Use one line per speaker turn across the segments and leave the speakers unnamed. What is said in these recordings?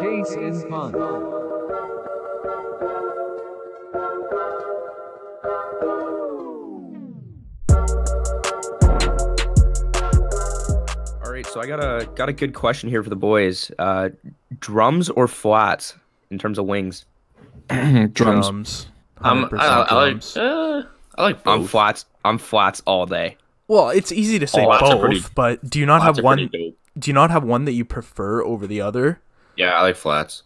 Case in point.
All right, so I got a got a good question here for the boys. Uh, drums or flats in terms of wings?
Drums.
Um, I,
100%
I, I like.
drums.
Uh, I like
I'm
both.
flats. I'm flats all day.
well, it's easy to say
Oh, flats are
both,
pretty-
but do you not
Flats
have
are
one?
pretty dope.
Do you not have one that you prefer over the other?
Yeah, I like flats.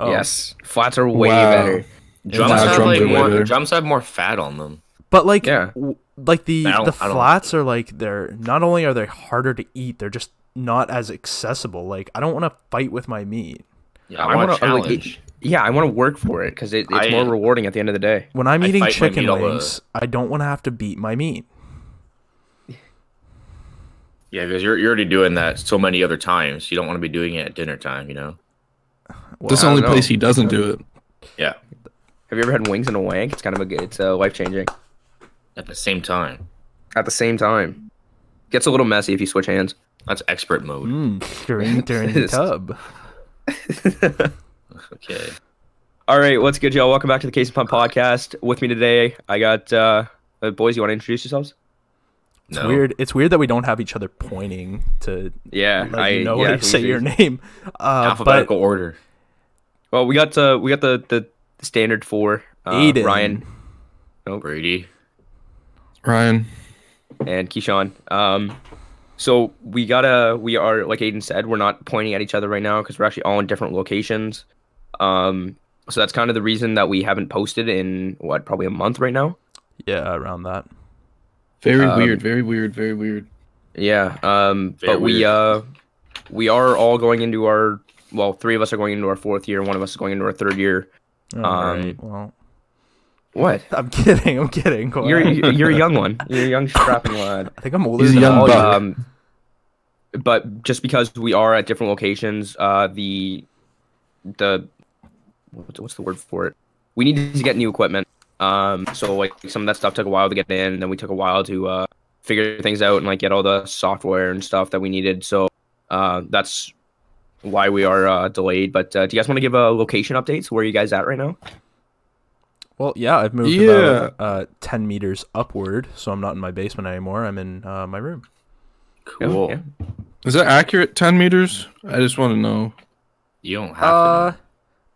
Oh.
Yes, flats are way
Wow.
better.
Drums
Nah,
have
drums
like
are way
more.
better.
Drums have more fat on them.
But like,
Yeah.
w- like the
I don't-
the
I don't-
flats are like they're not only are they harder to eat, they're just not as accessible. Like I don't want to fight with my meat.
Yeah, I, want a
wanna- I like-
challenge.
Yeah, I want to work for it because it, it's
I-
more rewarding at the end of the day.
When I'm
I
eating
fight my
chicken
meat all the-
wings, I don't want to have to beat my meat.
Yeah, because you're, you're already doing that so many other times. You don't want to be doing it at dinner time, you know?
This is the
I
only
don't know.
place he doesn't do it.
Yeah,
Have you ever had wings and a wank? It's kind of a good. It's uh, life changing.
at the same time.
At the same time, gets a little messy if you switch hands.
That's expert mode.
Mm, during during the
Hmm. It's-
tub.
Okay.
All right, what's good, y'all? Welcome back to the Case and Pump podcast. With me today, I got uh, uh, boys. You want to introduce yourselves?
It's
No.
weird. It's weird that we don't have each other pointing to
Yeah,
let
I
you know
yeah,
when you
we
say
do.
your name. Uh, but
Alphabetical order.
Well, we got uh, we got the the standard for uh,
Aiden.
Ryan
Brady.
Ryan,
and Keyshawn. Um, so we gotta we are like Aiden said, we're not pointing at each other right now because we're actually all in different locations. Um, so that's kind of the reason that we haven't posted in what probably a month right now.
yeah, around that.
very
Um,
weird, very weird, very weird.
Yeah. Um,
Very
but we
weird.
uh, we are all going into our well, three of us are going into our fourth year. One of us is going into our third year.
Um, Well,
What?
I'm kidding. I'm kidding. Go
You're
ahead.
you're a young one. You're a young strapping lad.
I think I'm older
He's a
than
young
all you.
buck.
Um, but just because we are at different locations, uh, the the what's, what's the word for it? We needed to get new equipment. Um, so like some of that stuff took a while to get in, and then we took a while to uh, figure things out and like get all the software and stuff that we needed. So uh, that's why we are uh, delayed. But uh, do you guys want to give a location updates? Where are you guys at right now?
Well, yeah, I've moved
Yeah.
about uh, ten meters upward, so I'm not in my basement anymore. I'm in uh, my room.
Cool.
Yeah.
Is that accurate? Ten meters? I just want to know.
You don't have
Uh,
to.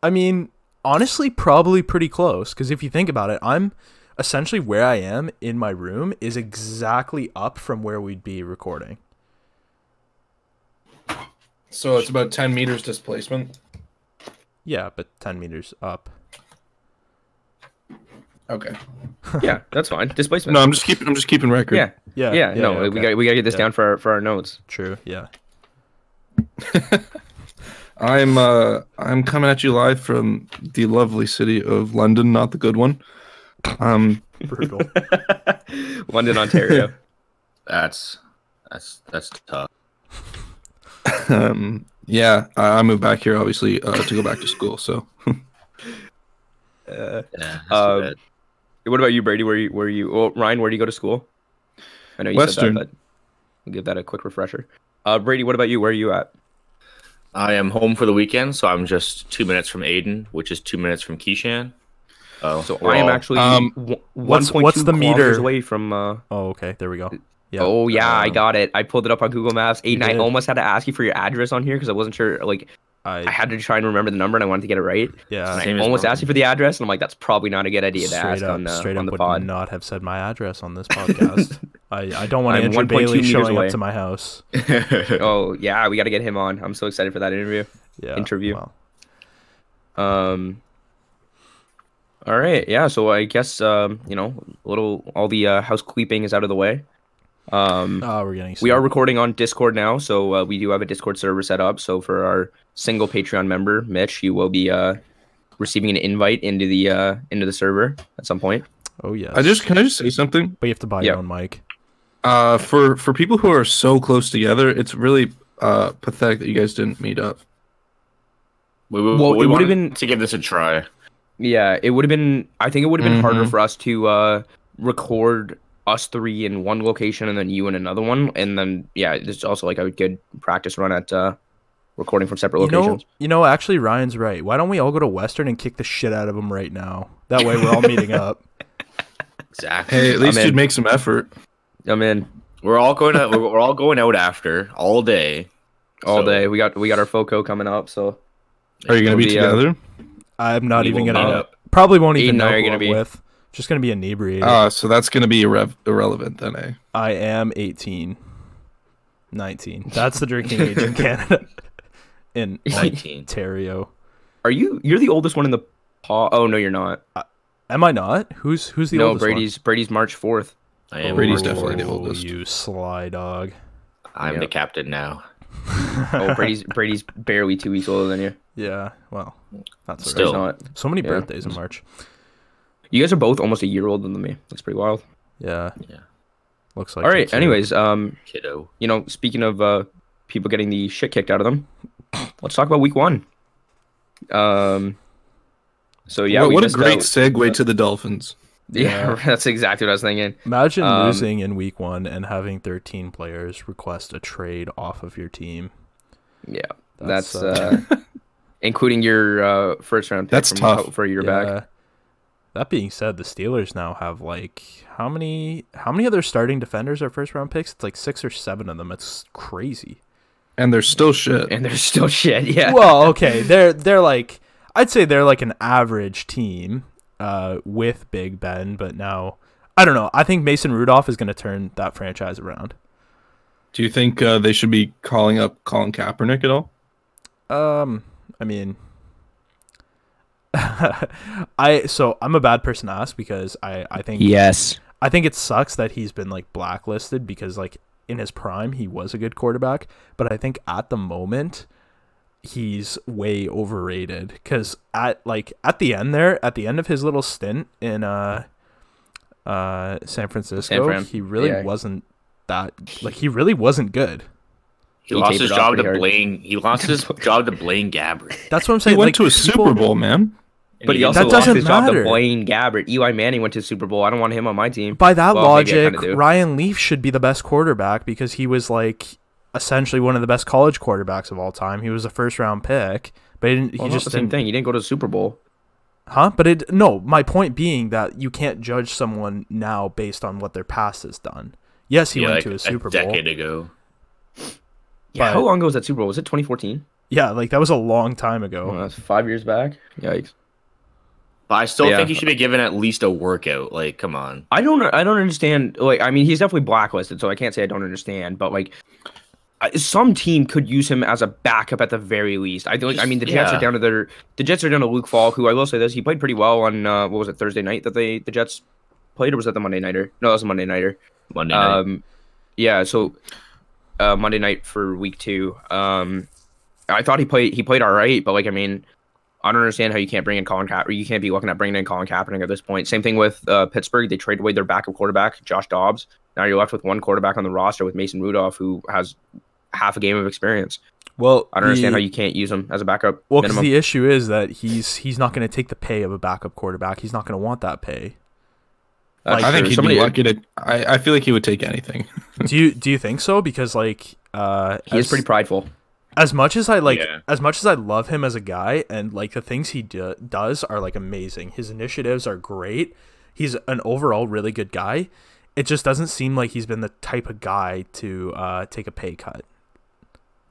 I mean, honestly, probably pretty close. Because if you think about it, I'm essentially where I am in my room is exactly up from where we'd be recording.
So it's about ten meters displacement.
Yeah, but ten meters up.
Okay.
yeah, that's fine. Displacement.
No, I'm just keeping. I'm just keeping record.
yeah,
Yeah,
yeah, No, we
okay.
got we got to get this
Yeah.
down for our, for our notes.
true. Yeah.
I'm. Uh, I'm coming at you live from the lovely city of London, not the good one. Um,
Brutal.
London, Ontario.
That's that's that's tough.
um, yeah, I, I moved back here obviously uh, to go back to school. So
Yeah, that's
uh,
Um,
too bad.
what about you, Brady? Where you where you? Well, Ryan, where do you go to school? I know you said
Western.
that, but we'll give that a quick refresher. Uh, Brady, what about you? Where are you at?
I am home for the weekend, so I'm just two minutes from Aiden, which is two minutes from Keyshan. Oh,
So
we're
I am
all-
actually
Um,
w-
what's-
1.2
what's the
kilometers
meter?
away from? Uh,
oh, okay. There we go. Yeah.
Oh yeah, I
um,
got it. I pulled it up on Google Maps. Aiden, I
did.
almost had to ask you for your address on here because I wasn't sure. Like I
I
had to try and remember the number, and I wanted to get it right.
yeah.
And
Same
I
as
almost
mine.
asked you for the address, and I'm like, that's probably not a good idea to ask
Straight up,
on the
straight
on
up
the
would
pod.
not have said my address on this podcast. I, I don't want
I'm
Andrew
1.2
Bailey
meters
showing
away.
up to my house.
Oh yeah, we got to get him on. I'm so excited for that interview.
Yeah,
Interview.
well,
Um. All right. Yeah. So I guess um, you know, a little all the uh, house cleeping is out of the way. Um,
Ah, we're getting.
we are
sued.
recording on Discord now, so uh, we do have a Discord server set up. So for our single Patreon member, Mitch, you will be uh, receiving an invite into the uh, into the server at some point.
Oh yeah.
I just can I just say something?
But you have to buy
Yeah.
your own mic.
Uh, for for people who are so close together, it's really uh pathetic that you guys didn't meet up.
we, we,
Well,
we
it would've
wanted
been-
to give this a try.
Yeah, it would have been. I think it would have been harder
Mm-hmm.
Mhm.
for us to uh, record us three in one location and then you in another one, and then yeah, there's also like a good practice run at uh, recording from separate
You know,
locations.
you know, actually, Ryan's right. Why don't we all go to Western and kick the shit out of them right now? That way, we're all meeting up.
Exactly.
Hey, at least
in.
you'd make some effort.
I'm in
We're all going out. We're, we're all going out after all day.
all
So-
day. We got we got our FOCO coming up, so
Are you gonna be
It'll be, uh,
together?
I'm not
We
even
will
gonna.
not.
know- Probably won't even
Aiden and
know
I are
who
gonna
I'm
be- Uh,
with. Just gonna be inebriated.
Ah, so that's gonna be irrev- irrelevant then, eh?
I am 18, 19. That's the drinking age in Canada. In
Nineteen.
Ontario,
are you you're the oldest one in the pod? Oh no, you're not.
am I not? Who's who's the
no,
oldest one?
Brady's Brady's March fourth.
I am.
Brady's
Mark.
definitely the
Oh,
oldest.
You sly dog.
I'm
Yeah.
the captain now.
Oh, Brady's Brady's barely two weeks older than you.
Yeah. Well, that's
He's
Still.
still
not.
so many
yeah.
birthdays in March.
You guys are both almost a year older than me. That's pretty wild.
Yeah.
Yeah.
Looks like.
All
it
right.
too.
Anyways, um,
Kiddo.
you know, speaking of uh, people getting the shit kicked out of them, let's talk about week one. Um, so yeah,
what,
we
what a
missed
great
out.
segue to the Dolphins.
Yeah,
Yeah.
that's exactly what I was thinking.
Imagine
Um,
losing in week one and having 13 players request a trade off of your team.
Yeah,
That's,
that's, uh, including your uh, first round. Pick
That's
from
tough.
for a year back.
That being said, the Steelers now have like how many how many other starting defenders are first round picks? It's like six or seven of them. It's crazy.
And they're still shit.
And there's still shit. Yeah.
well, okay, they're they're like I'd say they're like an average team uh, with Big Ben, but now I don't know. I think Mason Rudolph is going to turn that franchise around.
Do you think uh, they should be calling up Colin Kaepernick at all?
Um, I mean, I so I'm a bad person to ask because I I think
yes.
I think it sucks that he's been like blacklisted because like in his prime he was a good quarterback, but I think at the moment he's way overrated cuz at like at the end there at the end of his little stint in uh uh San Francisco,
Fran,
he really
yeah.
wasn't that like he really wasn't good.
He
He, lost
taped
his
it off
job to
pretty hard.
Blaine. He lost his job to Blaine Gabbert.
That's what I'm
He
saying.
went
like,
to a
people-
Super Bowl, man.
And
But he also
That
lost
doesn't
his job
matter.
to Blaine Gabbert. Eli Manning went to the Super Bowl. I don't want him on my team.
By that
Well, maybe I
logic,
kinda do.
Ryan Leaf should be the best quarterback because he was like essentially one of the best college quarterbacks of all time. He was a first round pick, but he, didn't, he
Well,
just
just the same
didn't
thing. He didn't go to the Super Bowl.
Huh? But it no, my point being that you can't judge someone now based on what their past has done. Yes, he
yeah,
went
like
to a
a
Super Bowl.
decade ago.
Yeah.
But-
How long ago was that Super Bowl? Was it 2014?
Yeah, like that was a long time ago.
Oh, that's five years back. Yikes.
But I still
Yeah.
think he should be given at least a workout. Like, come on.
I don't. I don't understand. Like, I mean, he's definitely blacklisted, so I can't say I don't understand. But like, I- some team could use him as a backup at the very least. I think. I mean, the Jets
Yeah.
are down to their. The Jets are down to Luke Falk, who I will say this, he played pretty well on uh, what was it Thursday night that they the Jets played, or was that the Monday nighter? No, that was a Monday nighter.
Monday night.
Um, yeah. So uh, Monday night for week two. Um, I thought he played. He played all right, but like, I mean, I don't understand how you can't bring in Colin Kaepernick. Or you can't be looking at bringing in Colin Kaepernick at this point. Same thing with uh, Pittsburgh. They traded away their backup quarterback, Josh Dobbs. Now you're left with one quarterback on the roster with Mason Rudolph, who has half a game of experience.
Well,
I don't understand
the,
how you can't use him as a backup
Well, 'cause
minimum.
the issue is that he's he's not going to take the pay of a backup quarterback. He's not going to want that pay.
That's
like,
I think
true.
he'd
Uh, Somebody-
be lucky to. I, I feel like he would take anything.
do you do you think so? Because like uh,
He is
as-
pretty prideful.
as much as I like,
Yeah.
as much as I love him as a guy, and like the things he do- does are like amazing. His initiatives are great. He's an overall really good guy. It just doesn't seem like he's been the type of guy to uh, take a pay cut.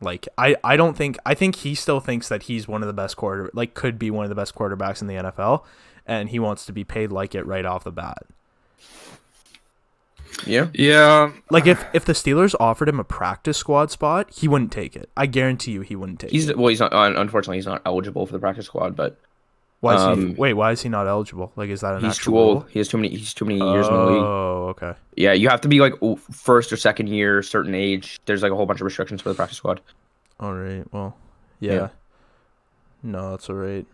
Like I, I don't think I think he still thinks that he's one of the best quarter like could be one of the best quarterbacks in the NFL, and he wants to be paid like it right off the bat.
Yeah.
Yeah,
Like if if the Steelers offered him a practice squad spot, he wouldn't take it. I guarantee you, he wouldn't take it.
He's well. He's not. un- Unfortunately, he's not eligible for the practice squad, but
Why is he?
Um,
Wait, why is he not eligible? Like, is that an
he's
actual
too
rule?
old. He has too many. He's too many years in the league.
Oh, okay.
Yeah, you have to be like o- first or second year, certain age. There's like a whole bunch of restrictions for the practice squad.
All right. Well, yeah.
Yeah.
No, that's all right.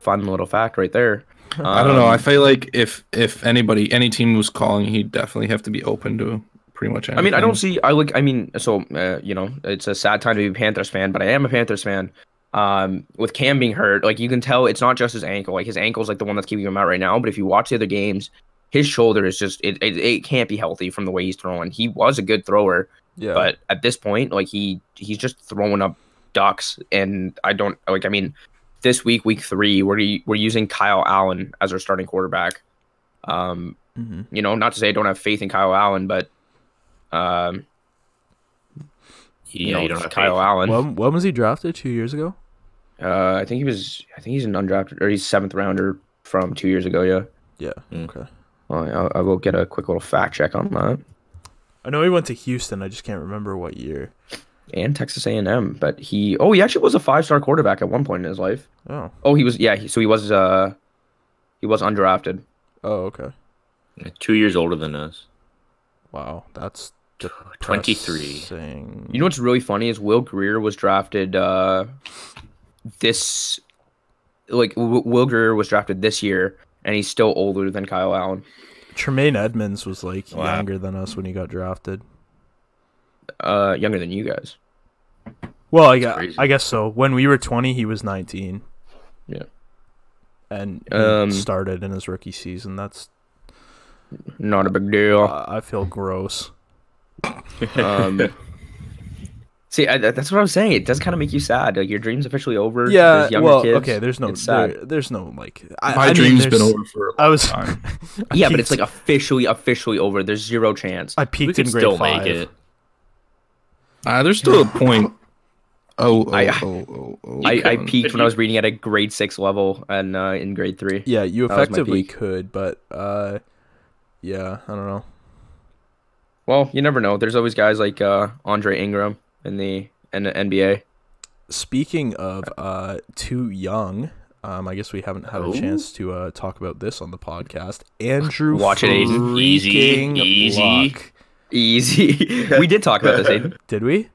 Fun little fact right there.
I don't know. I
Um,
feel like if if anybody any team was calling, he'd definitely have to be open to pretty much
I
anything.
mean, I don't see. I like. I mean, so uh, you know, it's a sad time to be a Panthers fan, but I am a Panthers fan. Um, with Cam being hurt, like you can tell, it's not just his ankle. Like his ankle's like the one that's keeping him out right now. But if you watch the other games, his shoulder is just it. It, it can't be healthy from the way he's throwing. He was a good thrower,
Yeah.
but at this point, like he he's just throwing up Ducks, and I don't like. I mean, this week, week three, we're we're using Kyle Allen as our starting quarterback. Um,
Mm-hmm.
you know, not to say I don't have faith in Kyle Allen, but um,
You,
you
know,
know,
you don't have
Kyle
faith.
Allen.
When, when was he drafted? Two years ago.
Uh, I think he was. I think he's an undrafted or he's seventh rounder from two years ago. Yeah.
Yeah.
Mm.
Okay.
Well, I, I will get a quick little fact check on that.
I know he went to Houston. I just can't remember what year.
And Texas A&M, but he. Oh, he actually was a five-star quarterback at one point in his life.
Oh.
Oh, he was. Yeah. He, so he was. Uh, he was undrafted.
Oh. Okay.
Two years older than us.
Wow. That's
23.
depressing.
You know what's really funny is Will Greer was drafted. Uh, this, like w- Will Greer was drafted this year, and he's still older than Kyle Allen.
Tremaine Edmonds was like
Wow.
younger than us when he got drafted.
Uh, younger than you guys.
Well, I guess,
crazy.
I guess so. When we were 20, he was 19.
Yeah.
And he
Um,
started in his rookie season. That's
Not a big deal.
uh, I feel gross.
Um, see, I, that- that's what I'm saying. It does kind of make you sad. Like your dream's officially over.
Yeah.
There's younger
Well,
kids.
okay. There's no.
It's sad.
There, there's no like. I,
My
I mean,
dream's been
there's-
over for.
I was. I
yeah, but it's like
peaked-
officially, officially over. There's zero chance.
I
We
peaked
could
in grade
still
five.
make it.
Uh, there's still a point. Oh, oh,
I- I-
oh, oh, oh,
I, I
Kevin.
peaked when I was reading at a grade six level and uh, in grade three.
Yeah, you
That was my
effectively
peak.
could, but uh, yeah, I don't know.
Well, you never know. There's always guys like uh, Andre Ingram in the in the NBA.
Speaking of uh, too young, um, I guess we haven't had
Oh.
a chance to uh, talk about this on the podcast. Andrew,
Watch it, Aiden.
Easy,
freaking
easy.
Luck.
Easy. we did talk about this, Aiden.
Did we?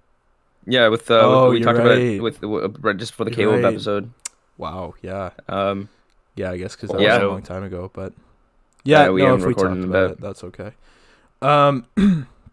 Yeah, with uh,
Oh,
we
you're
talked about
right.
it with w- uh, right just before the
You're
Caleb
right.
episode.
Wow. Yeah.
Um,
Yeah, I guess because that was
Yeah.
a long time ago, but yeah,
we
no,
haven't
if we
recorded in
talked
a
about
bit.
it, that's okay. Um,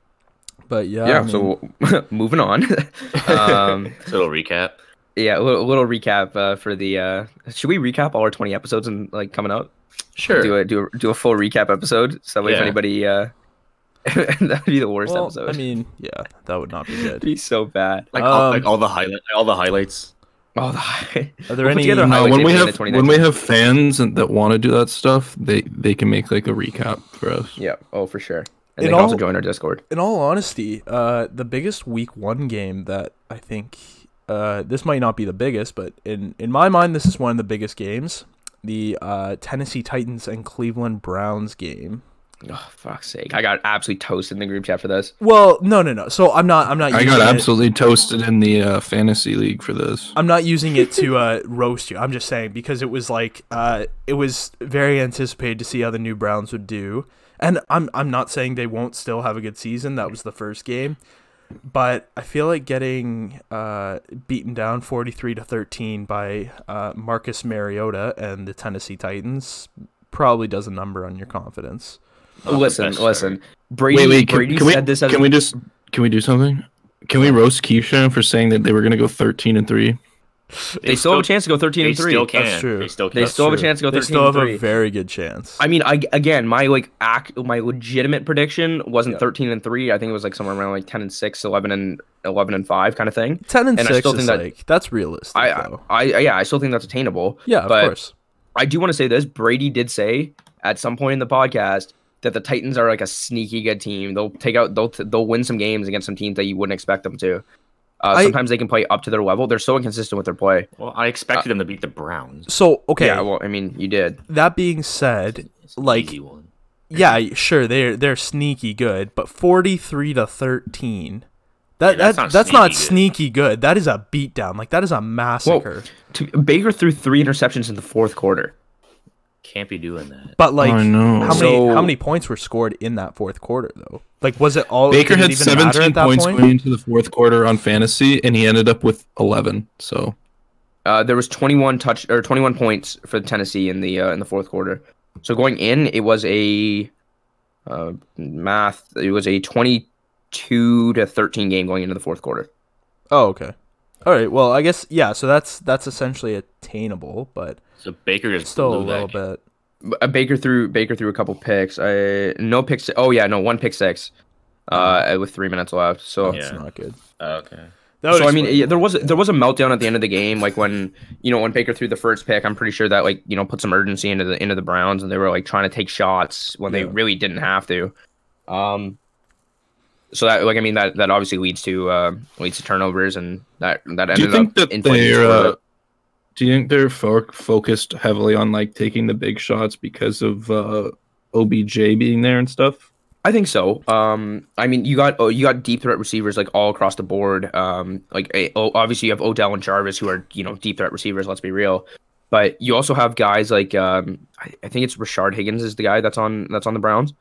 but yeah, I
yeah.
mean,
So moving on. um,
Just a little recap.
yeah a little, a little recap uh, for the uh should we recap all our 20 episodes and like coming up
Sure.
do a do a, do a full recap episode so that way if
Yeah.
anybody uh that'd be the worst
well,
episode
I mean, yeah, that would not be
it'd
good.
be so bad
Like, all, like
Um,
all the highlight, all the highlights.
oh the
Are there
We'll put
any?
together a
No,
highlight
Uh, when we
tape in
have
the
when we have fans and, that want to do that stuff, they they can make like a recap for us.
yeah oh for sure and they
It
can also
all-
join our discord
in all honesty, uh, the biggest week one game that I think uh, this might not be the biggest, but in in my mind, this is one of the biggest games. The uh, Tennessee Titans and Cleveland Browns game.
oh fuck's sake i got absolutely toasted in the group chat for this
Well, no, no, no. So I'm not. I'm not.
I
using
got
it-
absolutely toasted in the uh, fantasy league for this.
I'm not using it to uh, roast you. I'm just saying because it was like uh, it was very anticipated to see how the new Browns would do, and I'm I'm not saying they won't still have a good season. That was the first game, but I feel like getting uh, beaten down 43 to 13 by uh, Marcus Mariota and the Tennessee Titans probably does a number on your confidence.
Not Oh, the
listen
best
listen brady
Wait, wait, can,
brady
can we
said this as
can
a-
we just can we do something? Can we roast Keyshawn for saying that they were gonna go thirteen and three?
they, still have a chance to go 13
They
and 3
still can.
That's true.
They still
they
can.
still have a
Sure.
chance to go
They
13
still
and
have
3
a very good chance.
I mean, I again, my like act, my legitimate prediction wasn't
Yeah.
thirteen and three. I think it was like somewhere around like ten and six, 11 and eleven and five kind of thing.
Ten and,
and I
six
still
is
think that-
like that's realistic
I, I,
though.
I, yeah, I still think that's attainable.
yeah, of
but
course.
I do want to say this: Brady did say at some point in the podcast that the Titans are like a sneaky good team. They'll take out, they'll t- they'll win some games against some teams that you wouldn't expect them to. Uh,
I-
sometimes they can play up to their level. They're so inconsistent with their play.
Well, I expected them to beat the Browns.
So okay,
Yeah, well, I mean, you did.
that being said,
It's an
like
easy one.
yeah, sure they're they're sneaky good, but forty three to thirteen. That,
Yeah, that's
that,
not
that's not
sneaky
sneaky good. That is a beatdown. Like that is a massacre.
To, Baker threw three interceptions in the fourth quarter.
can't be doing that.
But like,
I know.
how many
So-
how many points were scored in that fourth quarter though? Like, was it all
Baker
did Oh, it
had
even matter at
seventeen
that
points
point?
going into the fourth quarter on fantasy, and he ended up with eleven. So
Uh, there was 21 touch or 21 points for Tennessee in the uh, in the fourth quarter. So going in, it was a uh, math. It was a 22 to 13 game going into the fourth quarter.
Oh, okay. All right. Well, I guess yeah. So that's that's essentially attainable, but
So Baker just
still a
blew that
little
game.
bit.
B- uh, Baker threw Baker threw a couple picks. I no picks. Oh yeah, no one pick six. Uh, with three minutes left. So
Yeah.
It's not good.
Oh, okay.
That would
so I mean,
explain
yeah, there was there was a meltdown at the end of the game, like when you know when Baker threw the first pick. I'm pretty sure that like you know put some urgency into the into the Browns, and they were like trying to take shots when they
Yeah.
really didn't have to. Um, so that like I mean that that obviously leads to uh, leads to turnovers, and that that
Do
ended
you think
up
that
inflating the
they're
score.
uh, do you think they're fo- focused heavily on like taking the big shots because of uh, OBJ being there and stuff?
I think so. Um, I mean, you got oh, you got deep threat receivers like all across the board. Um, like eh, oh, obviously you have Odell and Jarvis who are you know deep threat receivers. Let's be real, but you also have guys like um, I, I think it's Rashard Higgins is the guy that's on that's on the Browns.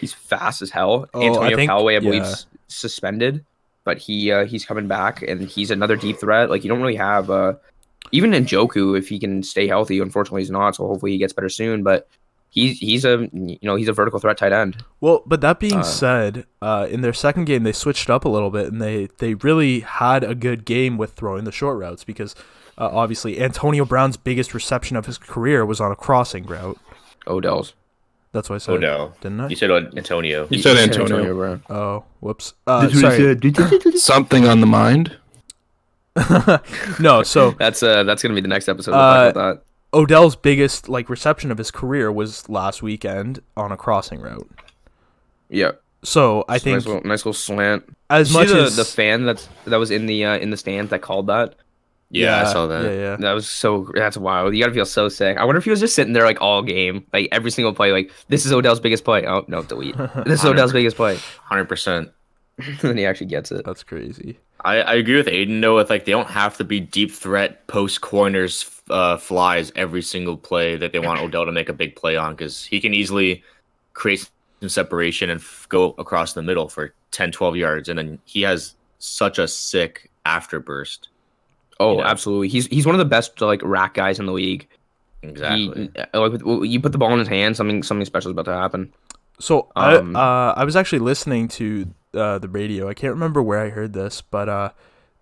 He's fast as hell.
Oh, I
Antonio
think-
Callaway, I believe,
yeah.
s- suspended, but he uh, he's coming back and he's another deep threat. Like you don't really have uh, even Njoku if he can stay healthy. Unfortunately, he's not. So hopefully he gets better soon. But he's he's a you know he's a vertical threat tight end.
Well, but that being
Uh,
said, uh, in their second game they switched up a little bit and they they really had a good game with throwing the short routes because uh, obviously Antonio Brown's biggest reception of his career was on a crossing route.
Odell's.
That's what I said.
Odell.
Didn't I?
Oh, You said Antonio.
You said Antonio.
Brown.
Oh, whoops. Uh, sorry.
Something on the mind.
No, so
That's uh, that's gonna be the next episode. We'll
Uh,
talk about that.
Odell's biggest like reception of his career was last weekend on a crossing route.
Yeah,
So I
Just a
think
nice little, nice little slant.
as
Did
much
you see the,
as
the fan that's that was in the uh, in the stands that called that.
Yeah, I saw that.
Yeah, yeah.
That was so. That's wild. You gotta feel so sick. I wonder if he was just sitting there like all game, like every single play. Like this is Odell's biggest play. Oh no, delete. This is Odell's biggest play.
Hundred percent.
and then he actually gets it.
That's crazy.
I, I agree with Aiden though. With like they don't have to be deep threat post corners uh, flies every single play that they want Odell to make a big play on because he can easily create some separation and f- go across the middle for 10, 12 yards, and then he has such a sick afterburst.
Oh,
Yeah.
absolutely. He's he's one of the best like rack guys in the league. He-
Exactly.
uh, like with- you put the ball in his hand, something something special is about to happen.
So I
Um,
uh, I was actually listening to uh, the radio. I can't remember where I heard this, but uh,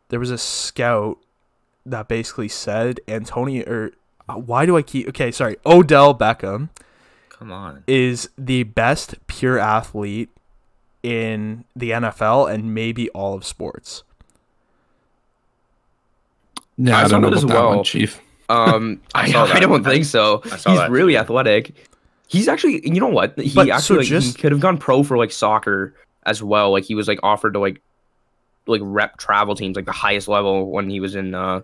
there was a scout that basically said Antonio or uh, why do I keep okay? Sorry, Odell Beckham
Come on.
is the best pure athlete in the NFL and maybe all of sports.
Yeah,
I
I,
saw
don't know
that
about
as
that
well.
one, Chief.
Um, I,
saw
I
that.
don't think so.
I saw
He's
that
really
too.
athletic. He's actually, you know what? He
But, so
actually like,
just-
he could have gone pro for like soccer as well. Like he was like offered to like like rep travel teams like the highest level when he was in uh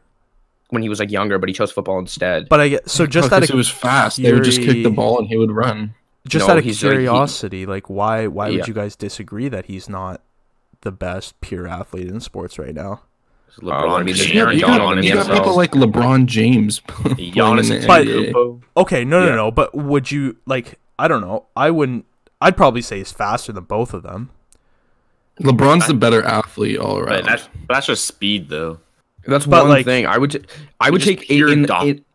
when he was like younger, but he chose football instead.
But I get- so just
Because
out of
he Oh, was fast. They would just kick the
curie-
ball and he would run.
just
No,
out of
he's like- he-
curiosity, like, why why
Yeah.
would you guys disagree that he's not the best pure athlete in sports right now?
LeBron
I mean,
James,
there's
Uh, You got,
Aaron
you got-
Donald in
you
the
got
NFL.
people like LeBron James. playing in
Giannis
the
But-
NBA.
Antetokounmpo.
Okay, no, no,
Yeah.
no. But would you like? I don't know. I wouldn't. I'd probably say he's faster than both of them.
LeBron's the better athlete all
But
around.
that's, but that's just speed though.
That's
but,
one
like-
thing. I would t- I would
Just
take
pure
in, in,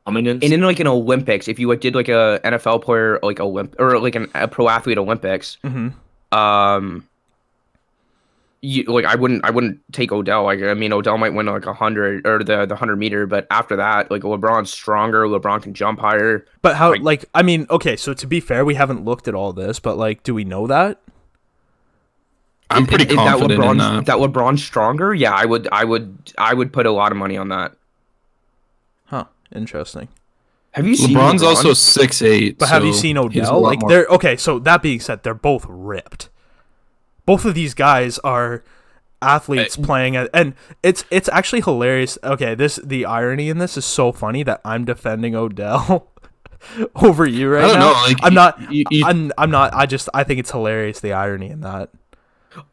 dominance.
and in like an Olympics, if you like did like a NFL player like Olymp or like an, a pro athlete Olympics,
Mm-hmm.
um you like i wouldn't i wouldn't take odell like i mean odell might win like a hundred or the the hundred meter but after that like lebron's stronger lebron can jump higher
But how?
Like-
Like, I mean, okay. So to be fair, we haven't looked at all this, but like, do we know that?
I'm pretty
Is that
confident in
lebron's
that.
that lebron's stronger yeah i would i would i would put a lot of money on that
Huh. Interesting.
have you seen
LeBron's
LeBron?
also six eight.
But have you seen Odell? Like, they're okay. So that being said, they're both ripped. Both of these guys are athletes playing at, and it's it's actually hilarious. Okay, this the irony in this is so funny that I'm defending Odell over you right
I don't
now.
know, like,
I'm
you-
not.
you- you-
I'm I'm not. I just I think it's hilarious the irony in that.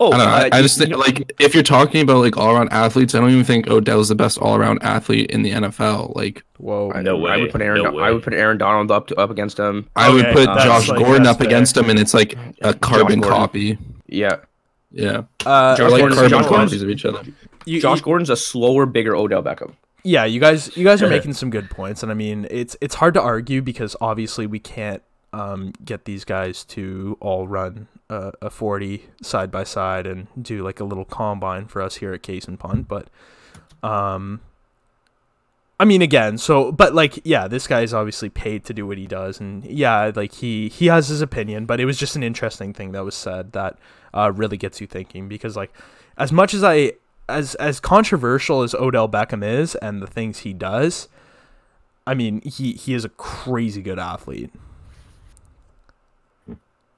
oh
I don't know.
uh,
I, I
you-
just think
you know-
like if you're talking about like all around athletes, I don't even think Odell's the best all around athlete in the NFL. Like
Whoa.
I-
No
I
way.
would put Aaron.
No
Don- I
way.
would put Aaron Donald up to, up against him.
I would
Okay,
put
that's,
Josh
like,
Gordon
that's
up
fair.
against him, and it's like a carbon
Gordon.
copy.
Yeah,
Yeah,
Uh,
They're
Josh Gordon's-
like carbon
Josh Gordon's-
copies of each other.
you-
Josh
you-
Gordon's a slower, bigger Odell Beckham.
yeah, you guys, you guys are making some good points, and I mean, it's it's hard to argue because obviously we can't um, get these guys to all run uh, a forty side by side and do like a little combine for us here at Case and Punt, but um, I mean, again, so but like, yeah, this guy is obviously paid to do what he does, and yeah, like he he has his opinion, but it was just an interesting thing that was said that uh, really gets you thinking because like, as much as I as as controversial as Odell Beckham is and the things he does, I mean, he he is a crazy good athlete.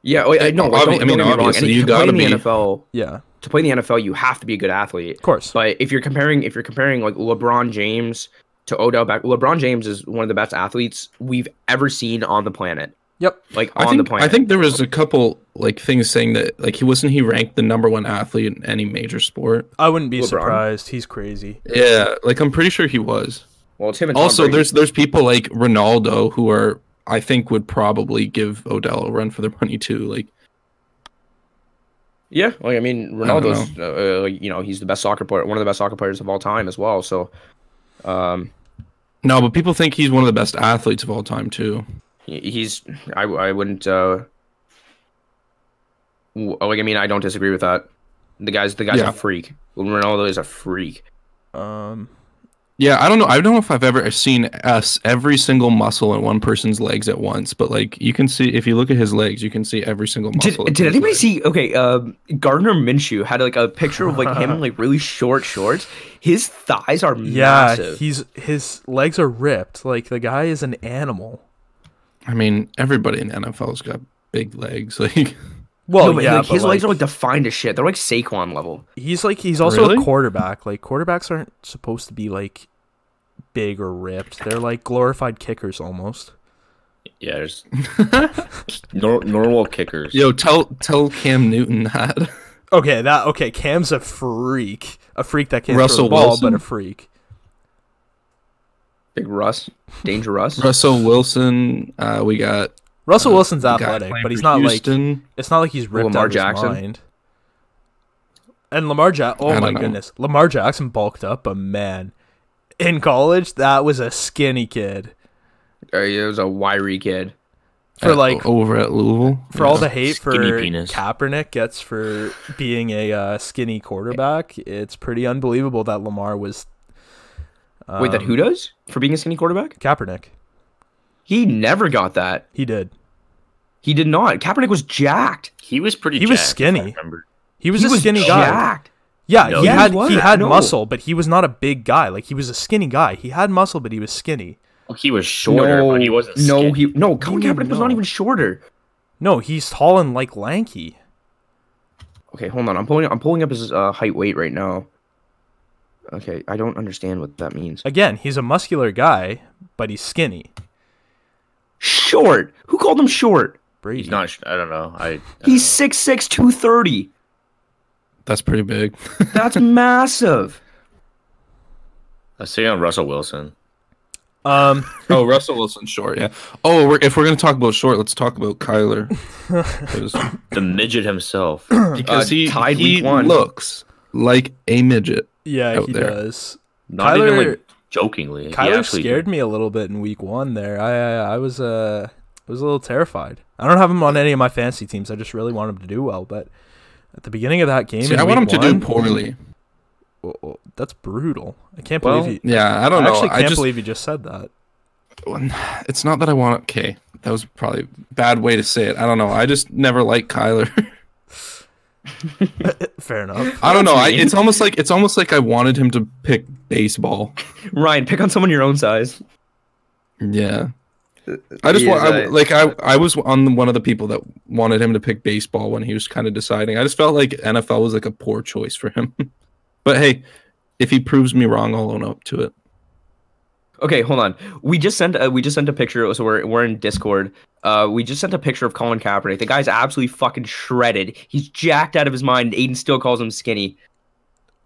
Yeah, wait, I, no, like,
Obvi-
don't, I mean, obviously, you got
gotta
to play in
be.
the NFL.
Yeah,
To play in the NFL, you have to be a good athlete.
of course.
But if you're comparing, if you're comparing like LeBron James to Odell Beckham, LeBron James is one of the best athletes we've ever seen on the planet.
yep.
Like
I
on
think
the planet.
I think there was a couple like things saying that like he wasn't he ranked the number one athlete in any major sport.
I wouldn't be
LeBron.
surprised. He's crazy.
Yeah, like I'm pretty sure he was.
Well, it's him and Tom
Also,
Brady.
there's there's people like Ronaldo who are I think would probably give Odell a run for their money too. Like
yeah, like I mean,
don't
Ronaldo's uh, uh, you know he's the best soccer player, one of the best soccer players of all time as well. So, um,
no, but people think he's one of the best athletes of all time too.
he- he's I I wouldn't uh, w- like I mean I don't disagree with that. The guy's the guy's
Yeah.
a freak. Ronaldo is a freak.
Um,
Yeah, I don't know. I don't know if I've ever seen us every single muscle in one person's legs at once, but like you can see if you look at his legs, you can see every single
Did,
muscle. in
did
his
anybody
legs.
see? Okay, um, Gardner Minshew had like a picture of like him in like really short shorts. His thighs are
yeah,
massive.
he's his legs are ripped. Like the guy is an animal.
I mean, everybody in the NFL's got big legs. Like
Well,
No, but,
oh, yeah,
like,
but,
his legs are
like-
like defined as shit. They're like Saquon level.
He's like he's also a
Really?
quarterback. Like quarterbacks aren't supposed to be like big or ripped. They're like glorified kickers almost.
Yeah, there's nor- normal kickers.
Yo, tell tell Cam Newton that.
Okay, that okay. Cam's a freak, a freak that can't throw
Russell
the ball,
Wilson?
but a freak.
Big Russ, Danger Russ.
Russell Wilson. Uh, we got
Russell Wilson's
Uh, the guy
athletic,
playing
but he's
for
not like
Houston.
it's not like he's ripped
Lamar
out of his
Jackson?
mind. And Lamar Jackson,
I
oh
don't
my
know.
goodness, Lamar Jackson bulked up, but man, in college that was a skinny kid.
Uh, He was a wiry kid.
For
uh,
like
over at Louisville.
for all the hate for
Skinny penis.
Kaepernick gets for being a uh, skinny quarterback, it's pretty unbelievable that Lamar was. Um,
Wait, that who does for being a skinny quarterback?
Kaepernick.
He never got that.
He did.
He did not. Kaepernick was jacked.
He was pretty.
He was
jacked, if I
skinny.
remember.
He was a skinny guy.
jacked.
Yeah,
No,
he
he
had
was.
he had
No.
muscle, but he was not a big guy. Like he was a skinny guy. He had muscle, but he was skinny.
Well, he was shorter, but he wasn't.
no,
skinny.
he no. Colin
do you mean
Kaepernick was not
no?
even shorter.
No, he's tall and like lanky.
Okay, hold on. I'm pulling. I'm pulling up his uh, height weight right now. Okay, I don't understand what that means.
Again, he's a muscular guy, but he's skinny.
Short. Who called him short?
Brady.
He's not. sh- I don't know. I. I
He's 6'6", 230.
That's pretty big.
That's massive.
I was thinking of Russell Wilson.
Um,
oh, Russell Wilson short. Yeah. Oh, we're, if we're gonna talk about short, let's talk about Kyler 'Cause-
The midget himself. Uh,
because he
tied
he
week one.
looks like a midget.
yeah,
Out
he
there.
does.
Not even
Kyler-
like jokingly. he
Kyler
actually
scared me a little bit in week one. There, I I, I was uh I was a little terrified. I don't have him on any of my fantasy teams. I just really want him to do well. But at the beginning of that game,
See,
in
I want him
week
to do
one-
poorly.
Whoa, whoa, that's brutal. I can't
Well,
believe you.
Yeah, I
I,
don't know.
actually can't
I just
believe you just said that.
it's not that I want. Okay, that was probably a bad way to say it. I don't know. I just never liked Kyler.
Fair enough.
I don't know. I, it's almost like it's almost like I wanted him to pick baseball.
Ryan, pick on someone your own size.
Yeah. I just
He
want,
is
I,
a-
like I I was on one of the people that wanted him to pick baseball when he was kind of deciding. I just felt like NFL was like a poor choice for him. but hey, if he proves me wrong, I'll own up to it.
Okay, hold on. We just sent a, we just sent a picture. So we're we're in Discord. Uh, we just sent a picture of Colin Kaepernick. The guy's absolutely fucking shredded. He's jacked out of his mind. Aiden still calls him skinny.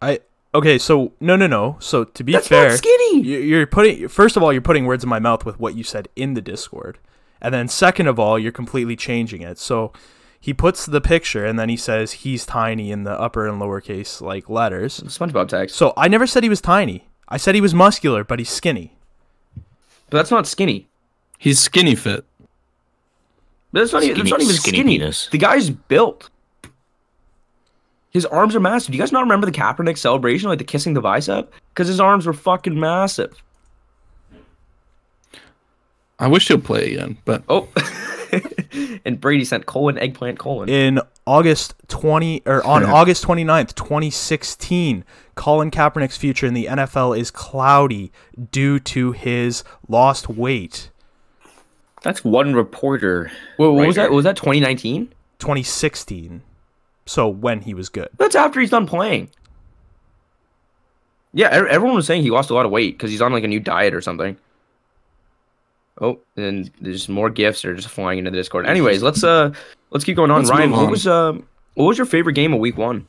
I okay. So no, no, no. So to be
That's
fair,
not skinny.
you- you're putting first of all you're putting words in my mouth with what you said in the discord and then second of all you're completely changing it so he puts the picture and then he says he's tiny in the upper and lowercase like letters
SpongeBob text,
so i never said he was tiny i said he was muscular but he's skinny
but that's not skinny.
He's skinny fit.
But That's not even that's
Skinny-
not even
skinny
skinny.
penis.
The guy's built. His arms are massive. Do you guys not remember the Kaepernick celebration, like the kissing the bicep? Because his arms were fucking massive.
I wish he'll play again, but
Oh, and Brady sent colon eggplant colon.
in August 20 or on August 29th, 2016, Colin Kaepernick's future in the NFL is cloudy due to his lost weight.
That's one reporter.
Whoa, what
right
was
here.
that? Was that 2019?
2016. So when he was good.
That's after he's done playing. Yeah, e- everyone was saying he lost a lot of weight because he's on like a new diet or something. Oh, and there's more gifts that are just flying into the Discord. Anyways, let's uh let's keep going on.
Let's
Ryan,
move
what
on.
was uh what was your favorite game of week one?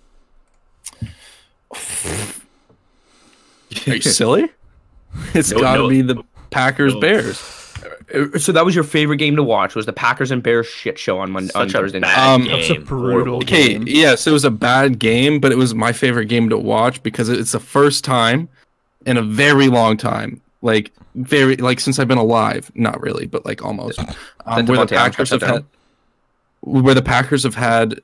Are you silly? It's
No,
got to
no.
be the Packers Bears.
Uh, So that was your favorite game to watch was the Packers and Bears shit show on Monday on
Such a
Thursday night.
bad
Um,
game.
That's a brutal
Okay,
game.
yes, it was a bad game, but it was my favorite game to watch because it's the first time in a very long time, like very like since I've been alive. Not really, but like almost. Um,
That
where the
Devontae Adams
Packers
got
have
shut
had, where the Packers have had.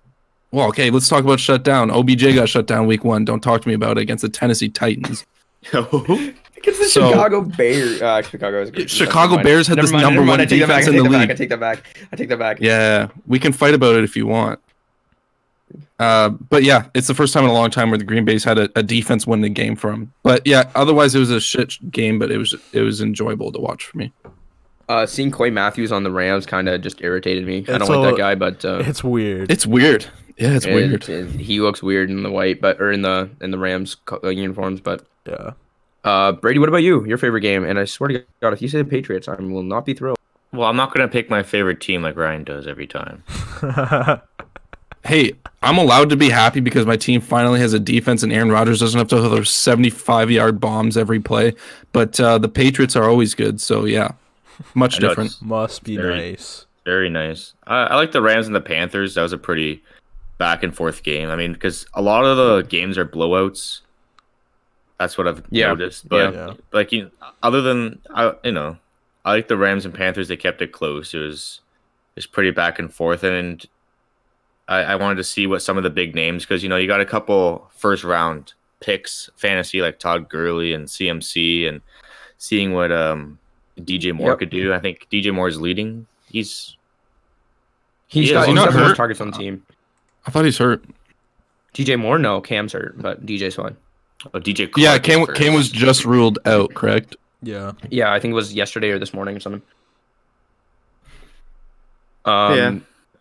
Well, okay, let's talk about shutdown. OBJ got shut down week one. Don't talk to me about it against the Tennessee Titans.
Against the
So- Chicago
Bears. Uh, Chicago
Chicago Bears had this number one defense in the league.
take that back. I take that back.
Yeah, we can fight about it if you want. Uh, but yeah, it's the first time in a long time where the Green Bay's had a, a defense win the game from. But yeah, otherwise it was a shit game, but it was it was enjoyable to watch for me.
Uh, seeing Clay Matthews on the Rams kind of just irritated me. I don't
It's
like
all-
that guy, but uh,
It's weird.
It's weird. Yeah, it's
it-
weird.
it- he looks weird in the white, but or in the in the Rams co- uh, uniforms. But
Yeah.
uh, Brady, what about you? Your favorite game? And I swear to God, if you say the Patriots, I will not be thrilled.
Well, I'm not gonna pick my favorite team like Ryan does every time.
Hey, I'm allowed to be happy because my team finally has a defense and Aaron Rodgers doesn't have to throw those 75 yard bombs every play. But uh, the Patriots are always good, so yeah, much
I know
different.
it's
Must be
Very-
nice.
Very nice. I, I like the Rams and the Panthers. That was a pretty back and forth game. I mean, because a lot of the games are blowouts. That's what I've
Yeah.
noticed. But
Yeah.
like, you, other than I, you know, I like the Rams and Panthers. They kept it close. It was it was pretty back and forth, and I, I wanted to see what some of the big names because you know you got a couple first round picks fantasy like Todd Gurley and CMC and seeing what um DJ Moore
Yep.
could do. I think DJ Moore is leading. He's
He's
Yeah,
got,
he's
he's
not
got the
hurt.
most targets on the team.
I thought he's hurt.
DJ Moore, no, Cam's hurt, but DJ's fine.
oh, DJ. Clark
Yeah,
was
Cam,
first.
Cam was just ruled out, correct?
Yeah.
Yeah, I think it was yesterday or this morning or something. Um,
yeah,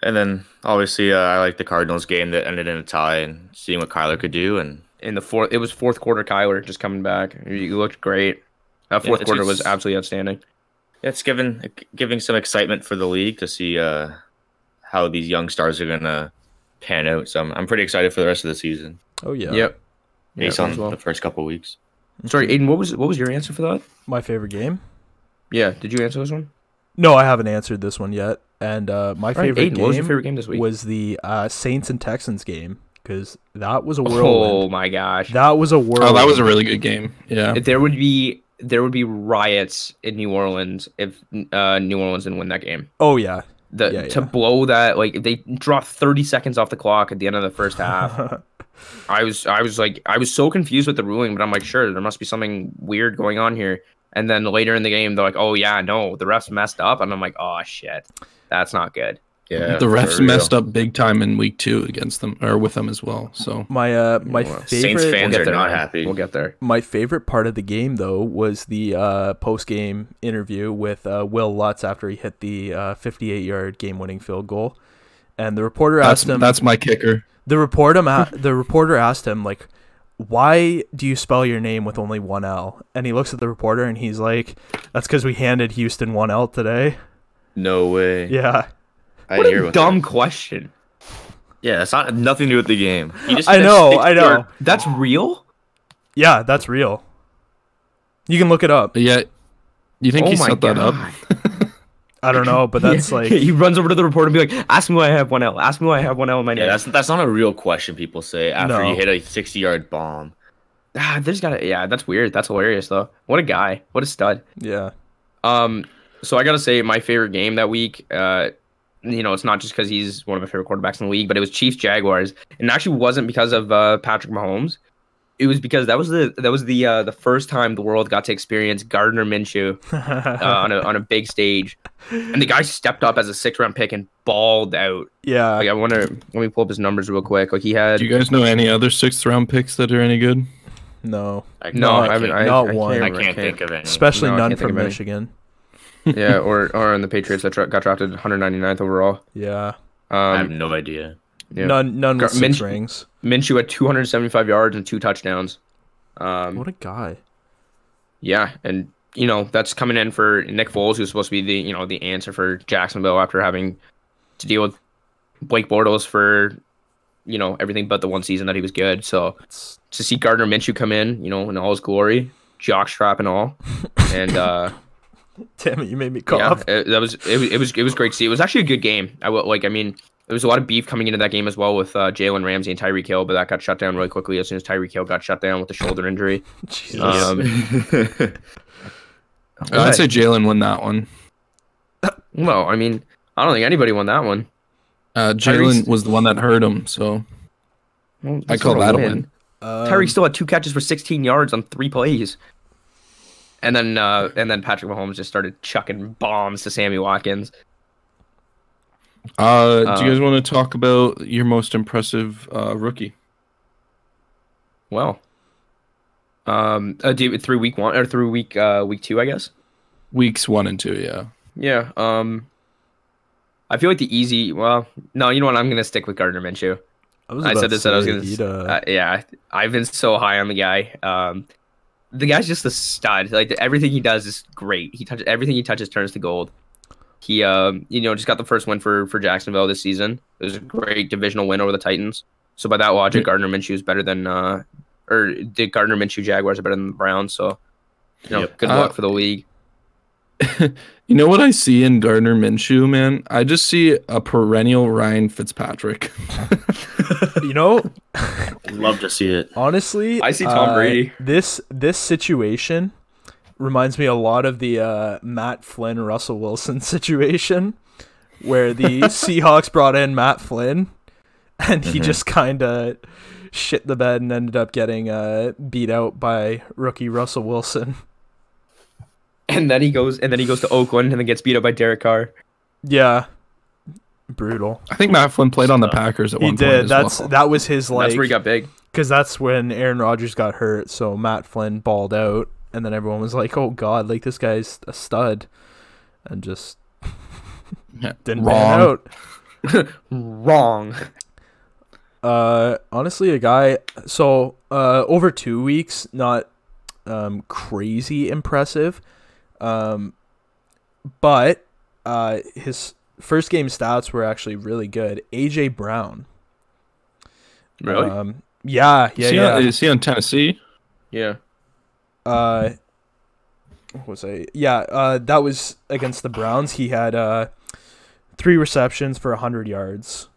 and then obviously uh, I like the Cardinals game that ended in a tie and seeing what Kyler could do and
in the fourth. It was fourth quarter. Kyler just coming back. You looked great. That
Yeah,
fourth
it's
quarter was
just-
absolutely outstanding.
it's given giving some excitement for the league to see uh, how these young stars are gonna pan out. So I'm, I'm pretty excited for the rest of the season
Oh yeah.
Yep.
based
Yeah,
on
as well.
the first couple weeks.
Sorry, Aiden. What was what was your answer for that?
My favorite game?
Yeah, did you answer this one?
No, I haven't answered this one yet. And uh, my
All right,
favorite
Aiden,
game
what was your favorite game this week?
was the uh, Saints and Texans game because that was a
oh
whirlwind.
my gosh,
That was a
Oh,
whirlwind.
that was a really good game. Yeah.
there would be there would be riots in New Orleans if uh, New Orleans didn't win that game.
Oh yeah,
The,
Yeah,
to
yeah.
blow that like if they dropped 30 seconds off the clock at the end of the first half i was i was like i was so confused with the ruling but i'm like sure there must be something weird going on here and then later in the game they're like oh yeah no the refs messed up and i'm like oh shit that's not good
Yeah,
the refs messed up big time in week two against them or with them as well. So
my uh, my
Well,
favorite
Saints fans
We'll
are
get there,
not
man.
happy.
we'll get there
my favorite part of the game though was the uh, post game interview with uh, Will Lutz after he hit the uh, 58 yard game winning field goal, and the reporter
that's
asked him.
that's my kicker.
The reporter, a- the reporter asked him, like, why do you spell your name with only one L? And he looks at the reporter and he's like, that's because we handed Houston one L today.
No way.
Yeah.
I
what
hear
a
about
dumb
that.
question
Yeah, that's not nothing to do with the game. You just
I
did a
know,
six
I know.
yard-
that's real
Yeah, that's real. You can look it up.
But yeah, you think
oh
he
my
set
god
that up?
I don't know, but that's like
he runs over to the reporter and be like ask me why i have one l ask me why i have one l in my name
Yeah, that's that's not a real question. People say after
No.
you hit a sixty-yard bomb.
ah, there's gotta yeah that's weird that's hilarious though what a guy what a stud
yeah.
Um, so I gotta say, my favorite game that week. Uh, you know, it's not just because he's one of my favorite quarterbacks in the league, but it was Chiefs Jaguars, and it actually wasn't because of uh, Patrick Mahomes. it was because that was the that was the uh, the first time the world got to experience Gardner Minshew uh, on a on a big stage, and the guy stepped up as a six round pick and balled out.
yeah.
Like I wonder, let me pull up his numbers real quick. Like he had
Do you guys know any other sixth round picks that are any good?
No.
I,
no, I haven't.
can't-
I,
not
I can't
one.
remember,
I can't think of any.
Especially
No, I
none
can't think
from
of any.
Michigan.
yeah, or or on the Patriots that dra- got drafted 199th overall.
Yeah.
I have
Um,
no idea.
yeah.
None none with
Gar-
six
Minch-
rings.
Minshew had 275 yards and two touchdowns. Um,
What a guy.
yeah, and you know that's coming in for Nick Foles, who's supposed to be the you know the answer for Jacksonville after having to deal with Blake Bortles for you know everything but the one season that he was good. So
It's
to see Gardner Minshew come in, you know, in all his glory, jockstrap and all, and uh,
Damn it, you made me
yeah,
cough.
it, that was it, was it was it was great to see. It was actually a good game. I will like I mean. There was a lot of beef coming into that game as well with uh, Jalen Ramsey and Tyreek Hill, but that got shut down really quickly as soon as Tyreek Hill got shut down with the shoulder injury.
Jesus.
Um,
I'd say Jalen won that one.
Well, I mean, I don't think anybody won that one.
Uh,
Tyrese-
Jalen was the one that hurt him, so
Well,
I
that's
call
not
that a win.
Um,
Tyreek still had two catches for 16 yards on three plays, and then uh, and then Patrick Mahomes just started chucking bombs to Sammy Watkins.
Uh, do
Uh,
you guys want to talk about your most impressive uh, rookie?
Well, um, uh, do- through week one or through week uh, week two, I guess.
Weeks one and two, yeah.
Yeah. Um, I feel like the easy. Well, no, you know what? I'm gonna stick with Gardner Minshew.
was
I
about to
said this that I was
say,
gonna. s-
he'd, uh,
uh, yeah, I've been so high on the guy. Um, the guy's just a stud. Like everything he does is great. He touches everything he touches turns to gold. He, um, you know, just got the first win for for Jacksonville this season. It was a great divisional win over the Titans. So by that logic, Gardner Minshew is better than, uh, or the Gardner Minshew Jaguars are better than the Browns. So, you know,
Yep.
good
Uh,
luck for the league.
You know what I see in Gardner Minshew, man? I just see a perennial Ryan Fitzpatrick.
you know,
I'd love to see it.
honestly,
I see Tom
uh,
Brady.
This this situation reminds me a lot of the uh, Matt Flynn Russell Wilson situation, where the Seahawks brought in Matt Flynn, and
Mm-hmm.
he just kind of shit the bed and ended up getting uh, beat out by rookie Russell Wilson.
And then he goes, and then he goes to Oakland, and then gets beat up by Derek Carr.
Yeah, brutal.
I think Matt Flynn played on the Packers at
He
one point.
did.
as
That's
well.
that was his like
that's where he got big.
because that's when Aaron Rodgers got hurt. So Matt Flynn balled out, and then everyone was like, "Oh God, like this guy's a stud," and just
Yeah,
didn't pan
wrong.
out.
Wrong.
Uh, honestly, a guy. So uh, over two weeks, not um crazy impressive, um, but uh, his first game stats were actually really good. AJ Brown.
Really?
Um, yeah, yeah,
is, he
yeah.
on, is he uh, on Tennessee?
yeah.
uh what was I yeah, uh that was against the Browns. He had uh three receptions for 100 yards.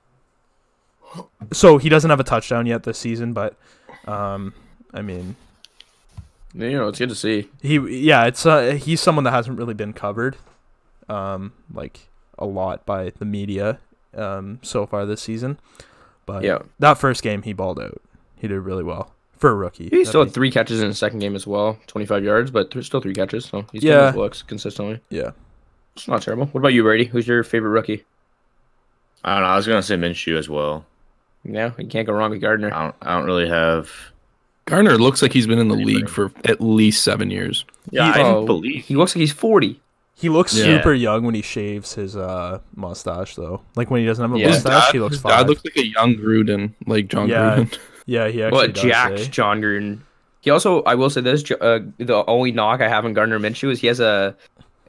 So he doesn't have a touchdown yet this season, but um I mean,
You know, it's good to see.
he yeah, it's uh he's someone that hasn't really been covered um like a lot by the media um so far this season. But
Yeah.
that first game he balled out. He did really well for a rookie.
He still
That'd
had three catches in the second game as well, 25 yards, but th- still three catches. So he's
Yeah.
yeah. his looks consistently.
be- yeah.
It's not terrible. What about you, Brady? Who's your favorite rookie?
I don't know. I was gonna say Minshew as well.
Yeah, you can't go wrong with Gardner.
I don't. I don't really have.
Garner looks like he's been in the league for at least seven years.
Yeah, I
Oh,
don't believe.
He looks like he's 40.
He looks
Yeah.
super young when he shaves his uh, mustache, though. Like when he doesn't have a
Yeah. His
mustache, he looks
his dad
fine.
looks like a young Gruden, like John
Yeah.
Gruden.
yeah, he actually
Well,
does.
jacked
eh?
John Gruden. He also, I will say this, Jo- uh, the only knock I have on Gardner Minshew is he has a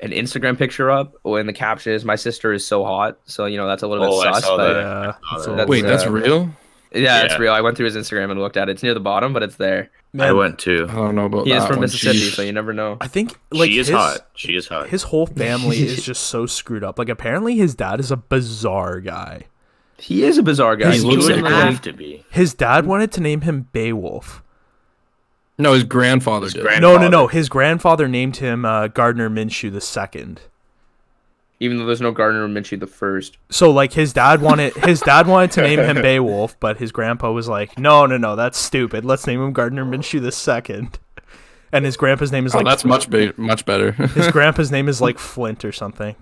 an Instagram picture up when the caption is, My sister is so hot. So, you know, that's a little
Oh, I
bit sus.
saw
But
that.
Yeah, that's a
Wait,
little-
Wait, that's
uh,
real?
yeah, it's
Yeah.
real. I went through his Instagram and looked at it. It's near the bottom, but it's there.
I
man,
went too.
I don't know about
He
that.
is from
one.
Mississippi,
Jeez.
so you never know.
I think like
she is
his,
hot. She is hot.
His whole family is just so screwed up. Like apparently, his dad is a bizarre guy.
He is a bizarre guy.
He
He
looks
would
like
have to be.
His dad wanted to name him Beowulf.
No, his grandfather did.
grand-
No, no,
Grandfather.
no. His grandfather named him uh, Gardner Minshew the second.
even though there's no Gardner Minshew the first.
So like his dad wanted his dad wanted to name him Beowulf, but his grandpa was like, "No, no, no, that's stupid. Let's name him Gardner Minshew the second. And his grandpa's name is
Oh,
like
that's much be- much better.
his grandpa's name is like Flint or something.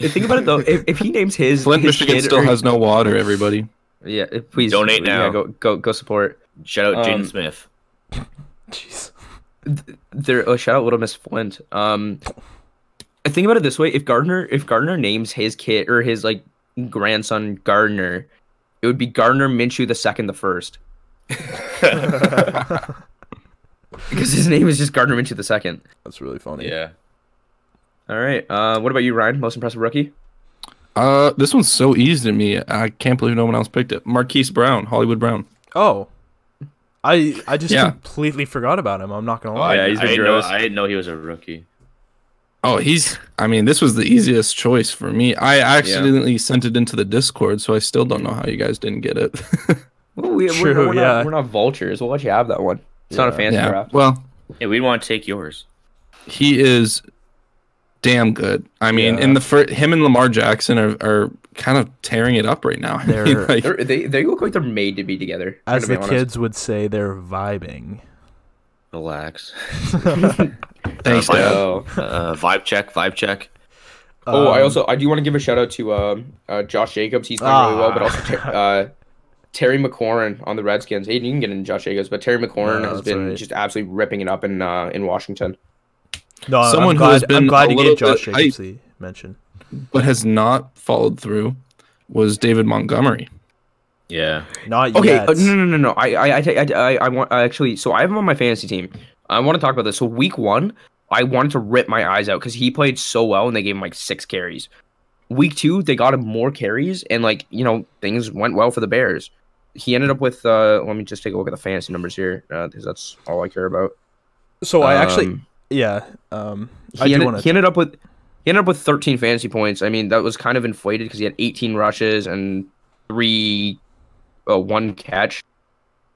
Hey, think about it though. If, if he names his
Flint,
his
Michigan
kid
still
or-
has no water. Everybody.
yeah. Please
Donate
yeah,
now.
Go go go support.
Shout out
Um,
Jaden Smith.
Jeez.
There. Oh, shout out Little Miss Flint. Um, I think about it this way: if Gardner if Gardner names his kid or his like grandson Gardner, it would be Gardner Minshew the second the first. because his name is just Gardner Minshew the second.
That's really funny.
Yeah.
All right. Uh, what about you, Ryan? Most impressive rookie?
Uh, this one's so easy to me. I can't believe no one else picked it. Marquise Brown, Hollywood Brown.
Oh. I I just
Yeah.
completely forgot about him. I'm not going to lie.
yeah, he's
I
been
didn't, know,
gross.
I didn't know he was a rookie.
Oh, he's. I mean, this was the easiest choice for me. I accidentally sent it into the Discord, so I still don't know how you guys didn't get it.
Well, we,
True,
We're, we're
yeah.
not, we're not vultures. We'll let you have that one. It's not a fancy
yeah.
draft.
Well,
Yeah, we'd want to take yours.
he is damn good. I mean,
Yeah.
in the first, him and Lamar Jackson are, are kind of tearing it up right now. I mean,
They're-
like,
They're, they they look like they're made to be together.
As
to be
the
honest.
kids would say, they're vibing.
Relax.
thanks,
Uh,
Dad.
Oh,
Uh, vibe check, vibe check.
oh! I
Um,
also I do want to give a shout out to um, uh, Josh Jacobs. He's playing really well, but also ter-
Ah.
uh, Terry McLaurin on the Redskins. Hayden, you can get in Josh Jacobs, but Terry McLaurin
No,
has
that's
been
alright.
just absolutely ripping it up in uh, in Washington.
No, I'm
Someone who
glad,
has been
I'm glad
a
you gave
little
Josh
bit
Jacobs the mention.
But has not followed through. Was David Montgomery?
Yeah.
Not
Okay,
yet.
uh, no, no, no, no. I, I, I, ta- I, I, I want I actually. So I have him on my fantasy team. I want to talk about this. So week one, I wanted to rip my eyes out because he played so well, and they gave him like six carries. Week two, they got him more carries, and like you know, things went well for the Bears. He ended up with. Uh, let me just take a look at the fantasy numbers here, because that's all I care about.
So I actually,
Um,
yeah, um,
he,
I do
ended,
want
he
to.
ended up with he ended up with 13 fantasy points. I mean, that was kind of inflated because he had 18 rushes and three, uh, one catch,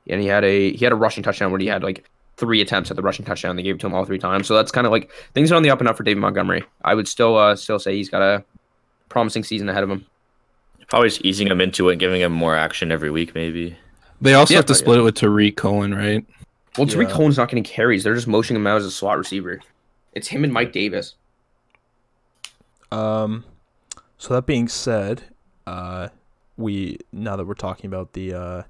and he had a he had a rushing touchdown where he had like three attempts at the rushing touchdown. They gave it to him all three times. So that's kind of like things are on the up and up for David Montgomery. I would still uh still say he's got a promising season ahead of him.
Probably just easing him into it, giving him more action every week, maybe.
They also
Yeah,
have to
yeah.
split it with Tariq Cohen, right?
Well, Tariq
Yeah.
Cohen's not getting carries. They're just motioning him out as a slot receiver. It's him and Mike Davis.
Um, so that being said, uh, we now that we're talking about the uh,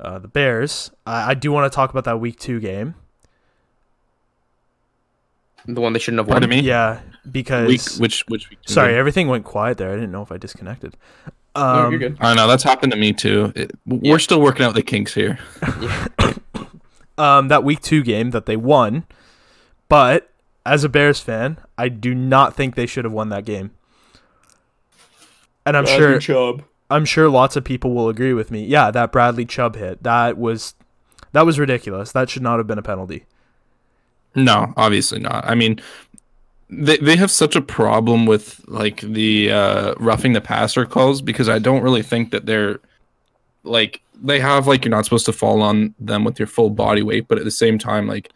uh, the Bears, I, I do want to talk about that Week Two game.
The one they shouldn't have won.
Pardon me.
Yeah, because
Week, which which week?
sorry, everything went quiet there. I didn't know if I disconnected. Um,
No, you're good.
I know that's happened to me too. It,
Yeah.
We're still working out the kinks here.
um, that week two game that they won. But as a Bears fan, I do not think they should have won that game. And I'm sure I'm sure lots of people will agree with me. Yeah, that Bradley Chubb hit that was that was ridiculous. That should not have been a penalty.
No, obviously not. I mean, they they have such a problem with like the uh, roughing the passer calls because I don't really think that they're like they have like you're not supposed to fall on them with your full body weight, but at the same time, like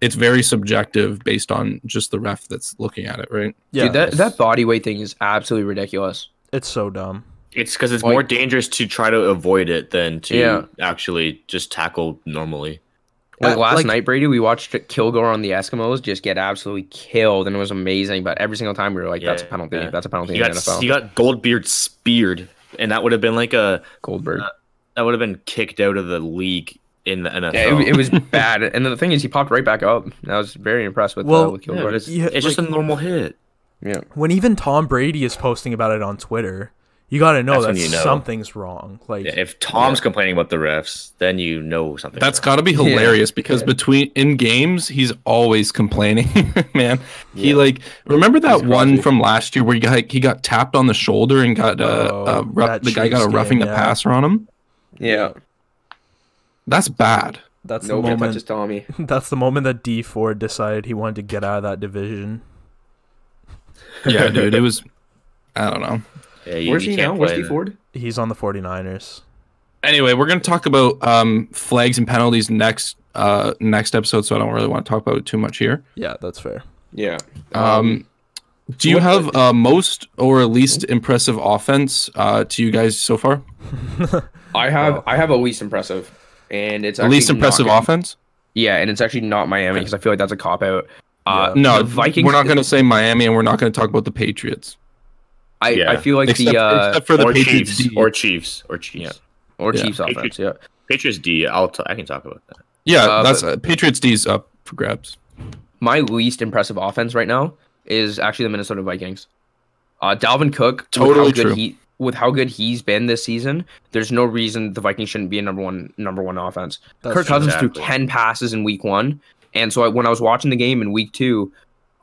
it's very subjective based on just the ref that's looking at it, right?
Yeah,
Dude, that, that body weight thing is absolutely ridiculous.
it's so dumb.
It's because it's
Like-
more dangerous to try to avoid it than to
Yeah.
actually just tackle normally.
Like
Uh,
last
like-
night, Brady, we watched Kilgore on the Eskimos just get absolutely killed, and it was amazing. But every single time we were like, "That's a
Yeah,
penalty.
yeah.
That's a penalty
He
in
got
the NFL."
he got Goldbeard speared, and that would have been like a
Goldberg.
uh,
that would have been kicked out of the league in the NFL.
yeah, it, it was bad. And the thing is, he popped right back up. I was very impressed with,
Well,
uh, with
Yeah,
Kilgore.
but it's,
Yeah,
it's just a normal hit.
Yeah.
When even Tom Brady is posting about it on Twitter, you got to know
That's
that
when you know.
something's wrong. Like
Yeah, if Tom's complaining about the refs, then you know something.
That's got to be hilarious because between in games he's always complaining, man. He like remember that one from last year where he got, he got tapped on the shoulder and got uh, uh
Oh,
rough,
that
the guy got a
Chiefs
roughing
game,
the
yeah.
passer on him.
Yeah.
That's bad.
that's the
Nobody
moment.
touches Tommy.
That's the moment that D Ford decided he wanted to get out of that division.
Yeah, dude, it was. I don't know.
Yeah, you-
Where's
you
he
can't
now? Where's
play
D
that.
Ford?
He's on the 49ers.
Anyway, we're gonna talk about um, flags and penalties next uh, next episode, so I don't really want to talk about it too much here.
Yeah, that's fair.
Yeah.
Um, Do you have uh, most or least impressive offense uh, to you guys so far?
I have I have a least impressive, and it's
The least
actually not
impressive
gonna-
offense?
Yeah, and it's actually not Miami because I feel like that's a cop out. Uh,
No,
the Vikings.
We're not going to say Miami, and we're not going to talk about the Patriots.
I, I
Yeah.
feel like
except,
the uh,
except for the
or,
Patriots.
Chiefs,
D.
or Chiefs or Chiefs
Yeah. or
yeah.
Chiefs offense. Yeah,
Patriots D. I'll t- I can talk about that.
yeah,
uh,
that's uh, Patriots D's up for grabs.
my least impressive offense right now is actually the Minnesota Vikings. Uh, Dalvin Cook,
Totally
with how
true.
Good he, with how good he's been this season, there's no reason the Vikings shouldn't be a number one number one offense.
That's
Kirk
true.
Cousins threw
Exactly.
ten passes in week one, and so I, when I was watching the game in week two,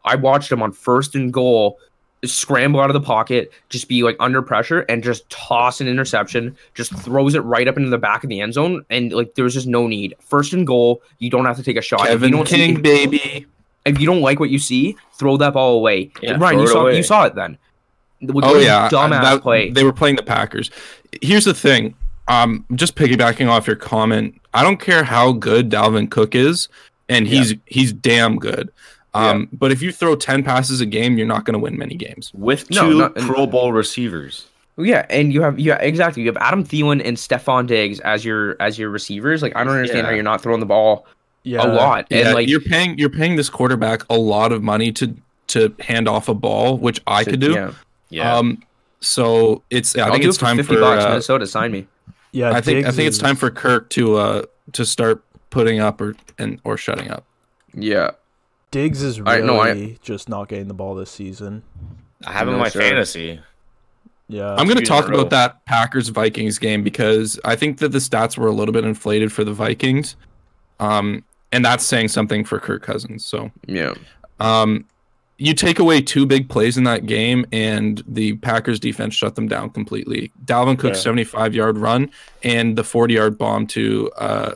I watched him on first and goal scramble out of the pocket, just be like under pressure, and just toss an interception. Just throws it right up into the back of the end zone, and like there was just no need. First and goal, you don't have to take a shot. If you
Kevin
don't see-
King, baby.
if you don't like what you see, throw that ball away.
Yeah,
Ryan,
throw
you
it
saw
away.
you saw it then. With
Oh
those
yeah,
dumbass
that-
play.
They were playing the Packers. Here's the thing. Um, just piggybacking off your comment, I don't care how good Dalvin Cook is, and he's he's damn good. Um, but if you throw ten passes a game, you're not going to win many games.
With two
No, not-
Pro Bowl receivers.
yeah, and you have yeah exactly. You have Adam Thielen and Stephon Diggs as your as your receivers. Like I don't understand how
Yeah.
you're not throwing the ball
yeah,
a lot. And
yeah,
like
you're paying you're paying this quarterback a lot of money to to hand off a ball, which I could do.
Yeah.
Yeah.
Um, so it's I
I'll
think
do
it's
it for
time
fifty
for
bucks.
uh,
Minnesota, sign me.
Yeah,
I think I
Diggs
think it's
is-
time for Kirk to uh to start putting up or and or shutting up.
Yeah.
Diggs is
I-
really
no, I-
just not getting the ball this season.
I have him in
no,
my
sure.
fantasy.
Yeah,
I'm going to
Two in a
talk about
row.
that Packers Vikings game because I think that the stats were a little bit inflated for the Vikings, um, and that's saying something for Kirk Cousins. So
Yeah.
um, you take away two big plays in that game, and the Packers defense shut them down completely. Dalvin Cook's 75 yard run and the 40 yard bomb to uh,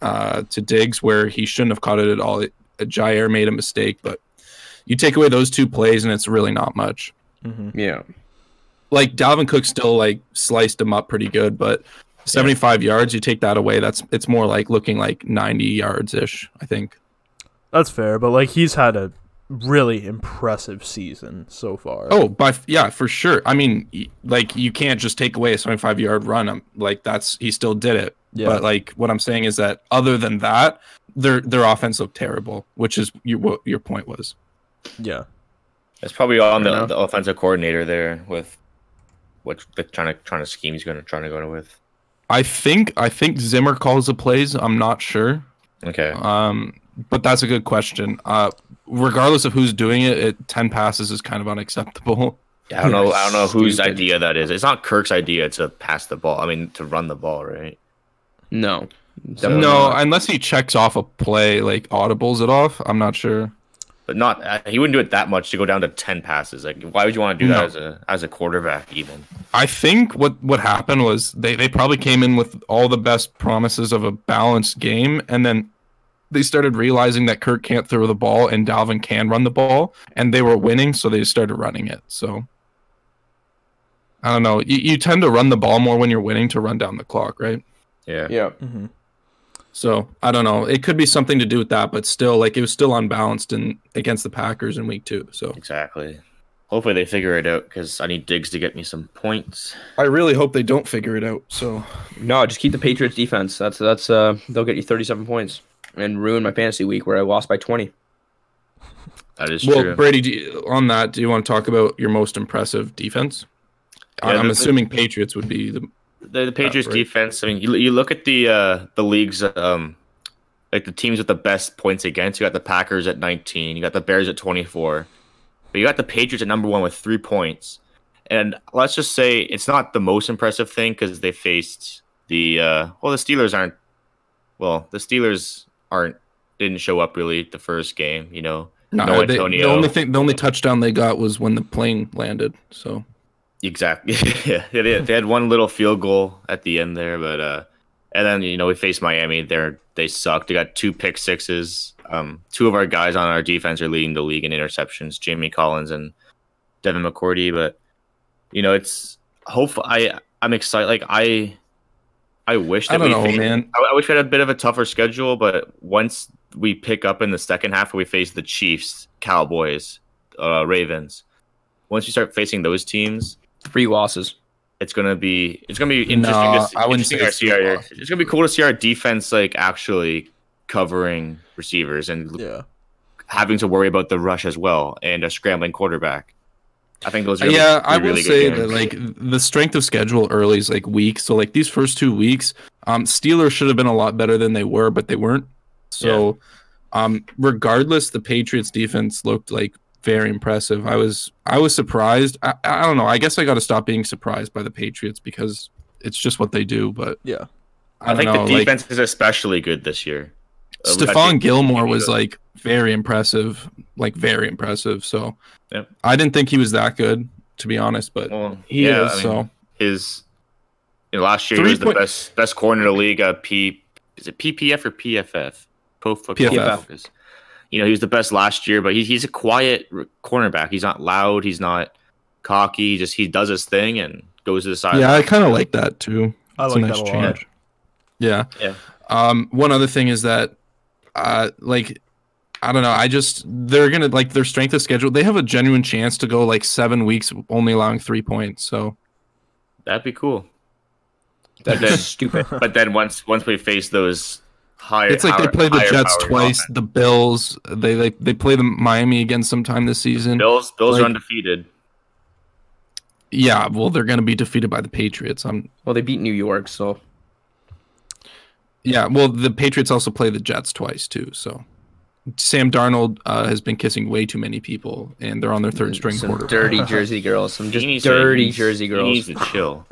uh, to Diggs, where he shouldn't have caught it at all. It, Jair made a mistake, but you take away those two plays, and it's really not much
Mhm.
Yeah.
like Dalvin Cook still like sliced him up pretty good, but 75 yards, you take that away, that's it's more like looking like 90 yards ish, I think.
that's fair. But like, he's had a really impressive season so far.
Oh, by f- yeah, for sure. I mean, y- like you can't just take away a 75 yard run. I'm like that's he still did it.
Yeah.
But like what I'm saying is that other than that, their their offense looked terrible, which is your, what your point was.
yeah,
It's probably on
Fair
the,
enough.
the offensive coordinator there with what the trying to trying to scheme he's going to trying to go with.
I think I think Zimmer calls the plays. I'm not sure.
Okay.
Um, but that's a good question. Uh, regardless of who's doing it, it ten passes is kind of unacceptable.
I don't know. I don't know whose
Stupid.
idea that is. It's not Kirk's idea to pass the ball. I mean, to run the ball, right?
No.
No,
Definitely
no,
not.
unless he checks off a play, like audibles it off. I'm not sure.
But not. uh, He wouldn't do it that much to go down to ten passes. Like, why would you want to do
No.
that as a as a quarterback? Even
I think what what happened was they they probably came in with all the best promises of a balanced game, and then they started realizing that Kirk can't throw the ball and Dalvin can run the ball, and they were winning, so they started running it. So. I don't know. You, you tend to run the ball more when you're winning to run down the clock, right?
yeah.
Yeah.
hmm
So I don't know. It could be something to do with that, but still, like it was still unbalanced and against the Packers in week two. So
Exactly. Hopefully they figure it out because I need Diggs to get me some points.
I really hope they don't figure it out. So
No, just keep the Patriots defense. That's that's uh they'll get you thirty seven points and ruin my fantasy week where I lost by twenty.
That is
well,
true.
Brady, do you, on that, do you want to talk about your most impressive defense? I-
Yeah,
I'm
the-
assuming Patriots would be the
the, the Patriots
right.
defense. I mean, you, you look at the uh, the league's um, like the teams with the best points against. You got the Packers at 19. You got the Bears at 24. But you got the Patriots at number one with three points. And let's just say it's not the most impressive thing because they faced the uh, well, the Steelers aren't. Well, the Steelers aren't didn't show up really the first game. You know,
no,
No
they- the
Antonio.
only thing, the only touchdown they got was when the plane landed. So
Exactly. yeah, they did. They had one little field goal at the end there, but uh, and then you know we faced Miami. There they sucked. They got two pick sixes. Um, two of our guys on our defense are leading the league in interceptions: Jamie Collins and Devin McCourty. But you know, it's hopeful. I I'm excited. Like I, I wish that
I don't
we
know,
faced-
man.
I, I wish we had a bit of a tougher schedule, but once we pick up in the second half, we face the Chiefs, Cowboys, uh, Ravens. once you start facing those teams,
Three losses.
it's gonna be it's gonna be interesting.
No,
to see,
I wouldn't say it's
interesting to see
three
our,
losses.
It's gonna be cool to see our defense like actually covering receivers and
Yeah.
having to worry about the rush as well and a scrambling quarterback. I think those are gonna be
yeah,
three
I will
really good
say
games.
that like the strength of schedule early is like weak. So like these first two weeks, um, Steelers should have been a lot better than they were, but they weren't. So, um, regardless, the Patriots defense looked like very impressive. I was I was surprised. I, I don't know. I guess I got to stop being surprised by the Patriots because it's just what they do. But
Yeah.
I,
I,
don't
think
know,
the
like,
defense is especially good this year. Uh, we got
Stephon
Jake-
Gilmore was like very impressive, like very impressive. So
Yep.
I didn't think he was that good, to be honest, but
well,
he
yeah,
is.
I mean,
so
his you know, last year he
Three
was the
point-
best best corner in the league. Uh, P is it PPF or PFF? Pro Football
PFF.
Focus. You know he was the best last year, but he, he's a quiet r- cornerback. He's not loud. He's not cocky. He just he does his thing and goes to the side.
yeah, I kind of like that too.
I
It's
like
a nice
that a lot.
change. Yeah.
Yeah.
Um, one other thing is that, uh, like, I don't know. I just they're gonna like their strength of schedule. They have a genuine chance to go like seven weeks only allowing three points. So
That'd be cool.
That's
Then-
stupid.
But then once once we face those higher,
it's like they
higher-
play the
higher
Jets
powered
twice,
offense.
the Bills. They they they play the Miami again sometime this season.
Bills Bills
like-
are undefeated.
Yeah. Well, they're gonna be defeated by the Patriots. I'm.
Well, they beat New York, so
Yeah. Well, the Patriots also play the Jets twice too. So. Sam Darnold uh, has been kissing way too many people, and they're on their
Mm,
third string
some
quarterback.
dirty Jersey girls, some just
He needs to-
dirty
he needs-
Jersey
He
girls.
needs to chill.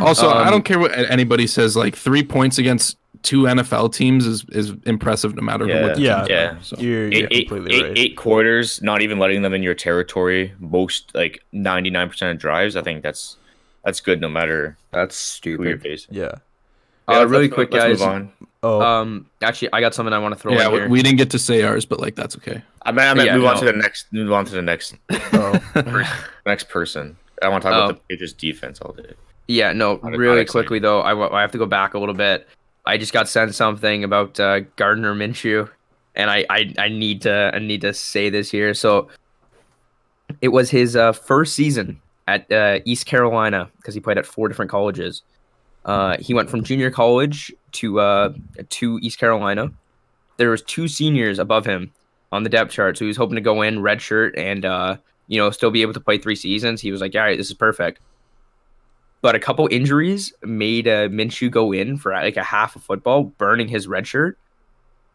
Also, I
Um,
don't care what anybody says. Like three points against two NFL teams is is impressive, no matter who.
Yeah.
What the
Yeah.
teams
Yeah.
are, so.
You're,
eight,
you're
eight-
completely
eight-
right.
eight quarters, not even letting them in your territory. Most like ninety nine percent of drives, I think that's that's good no matter
That's
who you're
stupid.
facing.
Yeah.
Uh,
let's-
really
let's-
quick,
let's
guys.
Move on.
Oh,
Um, actually, I got something I want to throw
yeah,
in
we,
here.
we didn't get to say ours, but like that's okay.
I mean, I meant
yeah,
move on
no.
to the next. Move on to the next
oh.
next person. I want to talk
Oh.
about the Patriots defense all day.
Yeah, no,
Not- not
really
exciting.
quickly though, I wa- I have to go back a little bit. I just got sent something about uh, Gardner Minshew, and I, I I need to I need to say this here. So it was his uh, first season at uh, East Carolina because he played at four different colleges. Uh, he went from junior college to uh, to East Carolina. There was two seniors above him on the depth chart, so he was hoping to go in redshirt and uh, you know still be able to play three seasons. He was like, all right, this is perfect but a couple injuries made uh, Minshew go in for like a half of football, burning his red shirt.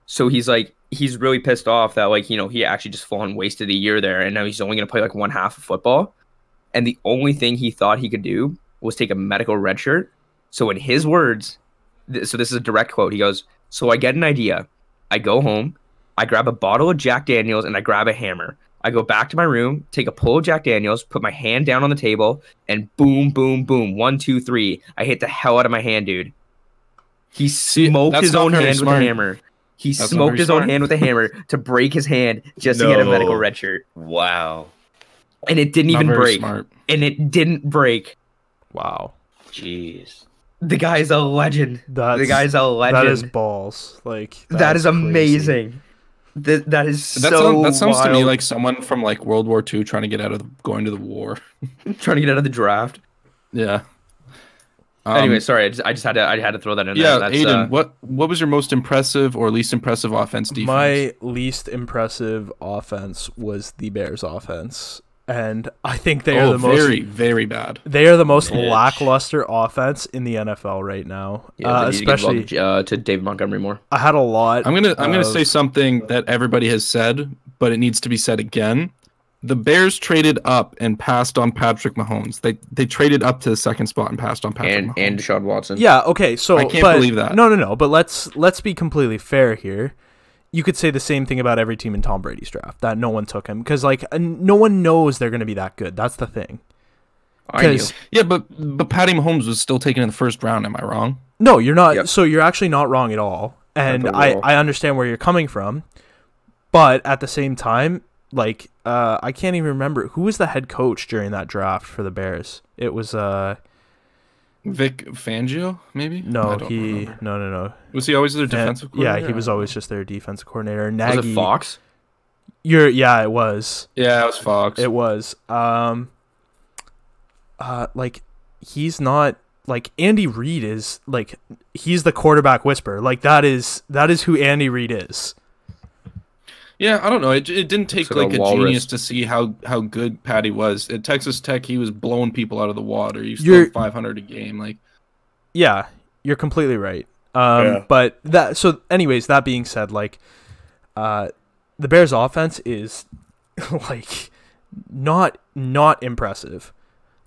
So he's like, he's really pissed off that like you know he actually just full on wasted a year there, and now he's only gonna play like one half of football. And the only thing he thought he could do was take a medical red shirt. So in his words, th- so this is a direct quote. He goes, "So I get an idea. I go home, I grab a bottle of Jack Daniels, and I grab a hammer." I go back to my room, take a pull of Jack Daniels, put my hand down on the table, and boom, boom, boom, one, two, three. I hit the hell out of my hand, dude. He
See,
smoked
that's
his
not
own
very
hand with
smart.
a hammer. He
That's not
smoked
very
his own
smart.
hand with a hammer to break his hand just to get a medical
No.
red shirt,
Wow.
and it didn't
Not
even
very
break.
Smart.
And it didn't break.
wow.
Jeez.
The guy's a legend.
That's,
the guy's a legend.
that is balls. Like
that is
crazy.
amazing. That that is
That,
so.
sounds, that sounds to me
wild.
like someone from like World War II trying to get out of the, going to the war.
trying to get out of the draft.
Yeah. Um,
anyway, sorry, I just, I just had to I had to throw that in
yeah,
there. That's,
Aiden,
uh,
what what was your most impressive or least impressive offense defense?
My least impressive offense was the Bears offense, and I think they are
oh,
the most
very very bad.
they are the most
Mitch.
lackluster offense in the NFL right now.
yeah,
uh,
we need to give the ball
especially,
to, uh, to David Montgomery Moore.
I had a lot.
I'm gonna I'm gonna
of-
say something that everybody has said, but it needs to be said again. The Bears traded up and passed on Patrick Mahomes. They they traded up to the second spot and passed on Patrick
and
Mahomes.
and Deshaun Watson.
Yeah. Okay. So
I can't
but-
believe that.
No, no, no. But let's let's be completely fair here. You could say the same thing about every team in Tom Brady's draft that no one took him because like n- no one knows they're going to be that good. That's the thing.
I knew.
'Cause-
yeah, but but Patty Mahomes was still taken in the first round. Am I wrong?
No, you're not.
Yep.
So you're actually not wrong at all. And
Not at
I,
all.
I understand where you're coming from. But at the same time, like, uh, I can't even remember who was the head coach during that draft for the Bears. It was, uh,
Vic Fangio, maybe? I
no,
don't
he,
remember.
no, no, no.
was he always their
Fan-
defensive.
yeah,
coordinator?
he was always just their defensive coordinator.
Was
Nagy,
it Fox?
You're yeah, it was.
Yeah, it was Fox.
It was. Um uh like he's not like Andy Reid is like he's the quarterback whisperer. Like that is that is who Andy Reid is.
yeah, I don't know. It, it didn't take
Sort of
like a
walrus.
genius to see how how good Patty was at Texas Tech. He was blowing people out of the water. He
You're-
still 500 a game. Like
Yeah, you're completely right. Um
Yeah.
but that so anyways, that being said, like uh the Bears offense is like not not impressive.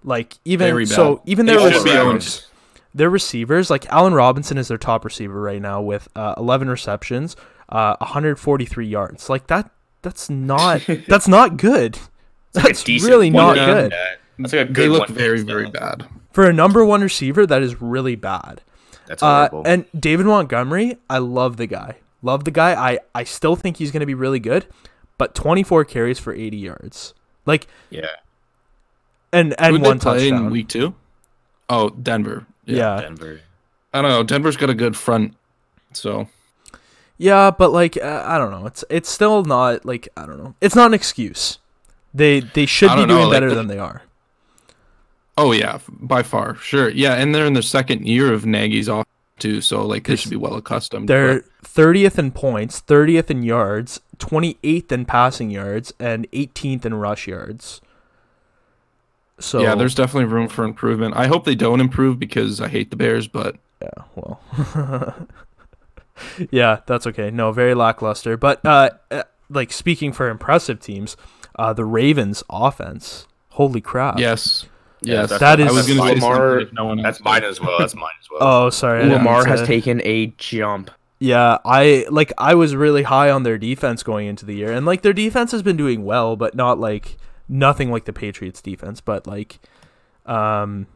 Like even
Very
so
bad.
even
They
their
should be
receivers-
owned.
their receivers, like Allen Robinson is their top receiver right now with uh, 11 receptions, uh, 143 yards. Like that, that's not that's not good. That's really not
one down.
good
Yeah, That's like a good
They look
one.
very very bad.
for a number one receiver. That is really bad.
That's
Uh,
horrible.
and David Montgomery, I love the guy. Love the guy. I I still think he's going to be really good, but 24 carries for 80 yards. Like
yeah,
and
Who
and
they
one
play
touchdown.
in week two? Oh, Denver.
yeah.
Denver.
I don't know. Denver's got a good front, so
Yeah, but like uh, I don't know. It's it's still not like I don't know. It's not an excuse. They they should
I
be
don't know,
doing
like,
better
the-
than they are.
Oh yeah, f- by far, sure. Yeah, and they're in their second year of Nagy's off too, so like they should be well accustomed.
They're thirtieth in points, thirtieth in yards, twenty eighth in passing yards, and eighteenth in rush yards. So
but, yeah, there's definitely room for improvement. I hope they don't improve because I hate the Bears, but
yeah, well, yeah, that's okay. No, very lackluster. But uh, uh, like speaking for impressive teams, uh, the Ravens offense. Holy crap!
yes,
Yeah,
yes,
that's-
Uh, That is-
I was
that's
going to
mine.
say
Lamar-
Lamar. No one
That's
else
mine
did.
as well. That's mine as well.
Oh, sorry. I didn't
Lamar
mean
has
to-
taken a jump.
Yeah, I like I was really high on their defense going into the year, and like their defense has been doing well, but not like nothing like the Patriots defense, but like um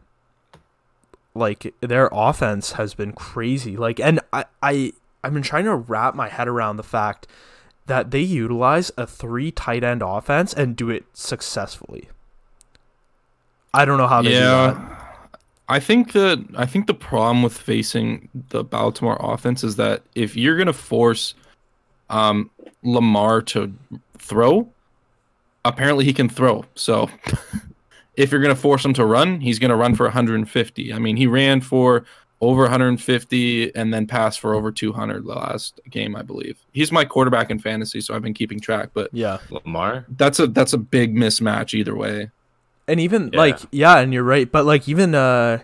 like their offense has been crazy. Like and I, I I've been trying to wrap my head around the fact that they utilize a three tight end offense and do it successfully. I don't know how they do that.
Yeah, I think that I think the problem with facing the Baltimore offense is that if you're going to force um, Lamar to throw, apparently he can throw. So if you're going to force him to run, he's going to run for 150. I mean, he ran for over 150 and then passed for over 200 the last game, I believe. He's my quarterback in fantasy, so I've been keeping track. But
Yeah.
Lamar.
that's a that's a big mismatch either way.
and even
Yeah.
like yeah and you're right but like even uh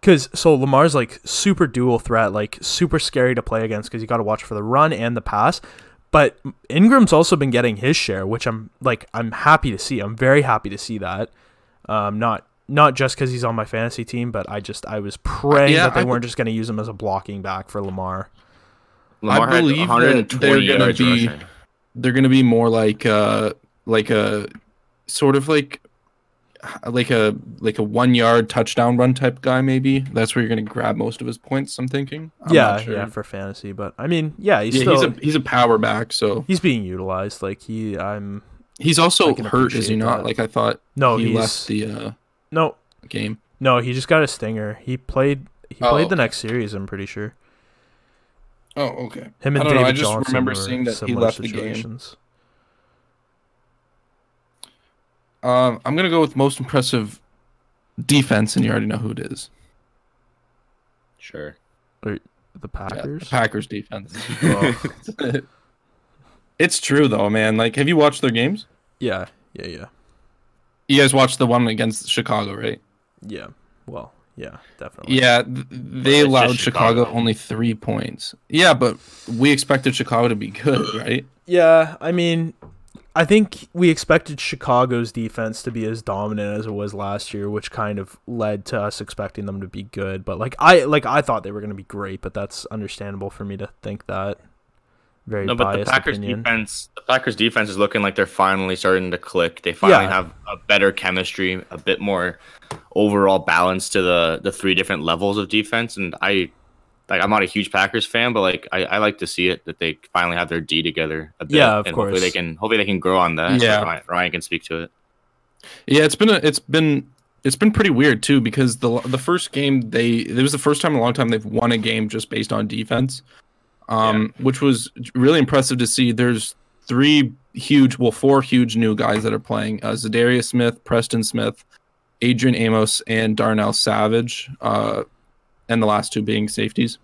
because so lamar's like super dual threat like super scary to play against because you got to watch for the run and the pass but ingram's also been getting his share which i'm like i'm happy to see i'm very happy to see that um not not just because he's on my fantasy team but i just i was praying
yeah,
that they
I
weren't just going to use him as a blocking back for lamar
Lamar
believe that
had 120
they're gonna
yards
be-
rushing.
they're gonna be more like uh like a sort of like like a like a one yard touchdown run type guy maybe that's where you're gonna grab most of his points i'm thinking I'm
yeah
not sure.
yeah for fantasy but i mean yeah he's
Yeah,
still
he's a he's a power back so
he's being utilized like he i'm
he's
I
also
can
hurt is he
appreciate
not
that.
like i thought
no
he
he's
left the uh
no
game
No, he just got a stinger. He played. He
Oh,
played the
okay.
next series. I'm pretty sure.
oh okay
Him and
I don't know,
David
I just
Johnson
remember
were
seeing that he
similar
left the game.
situations.
um i'm gonna go with most impressive defense and you already know who it is
Sure.
The
Yeah, the
Packers.
packers defense
Oh,
it's true though man like have you watched their games
yeah, yeah, yeah,
you guys watched the one against chicago right
yeah. Well, yeah, definitely.
Yeah, th-
it's
they
just
allowed Chicago.
Chicago.
only three points. Yeah, but we expected Chicago to be good, right?
Yeah, I mean, I think we expected Chicago's defense to be as dominant as it was last year, which kind of led to us expecting them to be good. But like I, like I thought they were going to be great, but that's understandable for me to think that. Very
No, but the
biased
Packers
opinion.
defense, the Packers defense is looking like they're finally starting to click. They finally
Yeah.
have a better chemistry, a bit more overall balance to the the three different levels of defense. And I, like, I'm not a huge Packers fan, but like, I, I like to see it that they finally have their D together. A bit,
Yeah, of
and Hopefully they
course.
can. Hopefully they can grow on that.
Yeah.
Ryan, Ryan can speak to it.
Yeah, it's been a, it's been it's been pretty weird too because the the first game they it was the first time in a long time they've won a game just based on defense, um, which was really impressive to see. There's three huge, well, four huge new guys that are playing: uh, Zadarius Smith, Preston Smith, Adrian Amos, and Darnell Savage, uh, and the last two being safeties.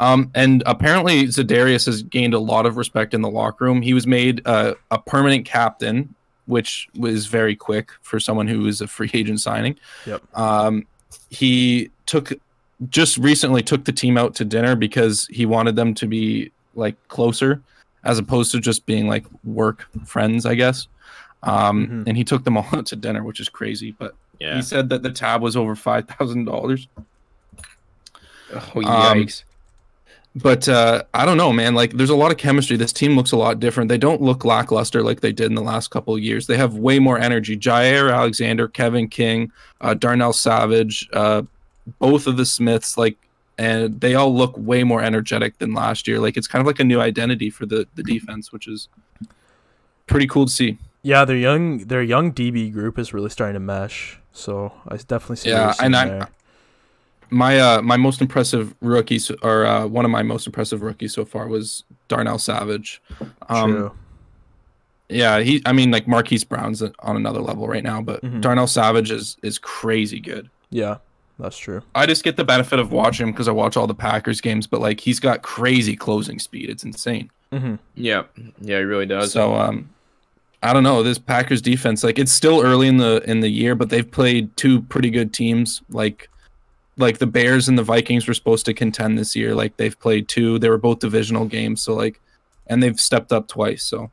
Um, and apparently, Zadarius has gained a lot of respect in the locker room. He was made uh, a permanent captain, which was very quick for someone who is a free agent signing.
Yep.
Um, he took just recently took the team out to dinner because he wanted them to be like closer as opposed to just being like work friends, I guess. Um,
Mhm.
And he took them all out to dinner, which is crazy. But
Yeah.
he said that the tab was over five thousand dollars.
Oh
Um,
yikes!
But uh, I don't know, man. Like, there's a lot of chemistry. This team looks a lot different. They don't look lackluster like they did in the last couple of years. They have way more energy. Jair Alexander, Kevin King, uh, Darnell Savage, uh, both of the Smiths, like, and they all look way more energetic than last year. Like, it's kind of like a new identity for the the defense, which is pretty cool to see.
Yeah, their young their young DB group is really starting to mesh. So I definitely see. what
Yeah,
you're saying
and I-
there.
My uh, my most impressive rookies, or uh, one of my most impressive rookies so far, was Darnell Savage. Um,
True.
Yeah, he. I mean, like Marquise Brown's on another level right now, but
Mm-hmm.
Mhm.
Darnell Savage is is crazy good.
Yeah, that's true.
I just get the benefit of watching him because I watch all the Packers games, but like he's got crazy closing speed. It's insane.
Mm-hmm.
yeah, yeah, he really does.
So um, I don't know this Packers defense. Like it's still early in the in the year, but they've played two pretty good teams. Like like the Bears and the Vikings were supposed to contend this year. Like they've played two. They were both divisional games. So like, and they've stepped up twice. So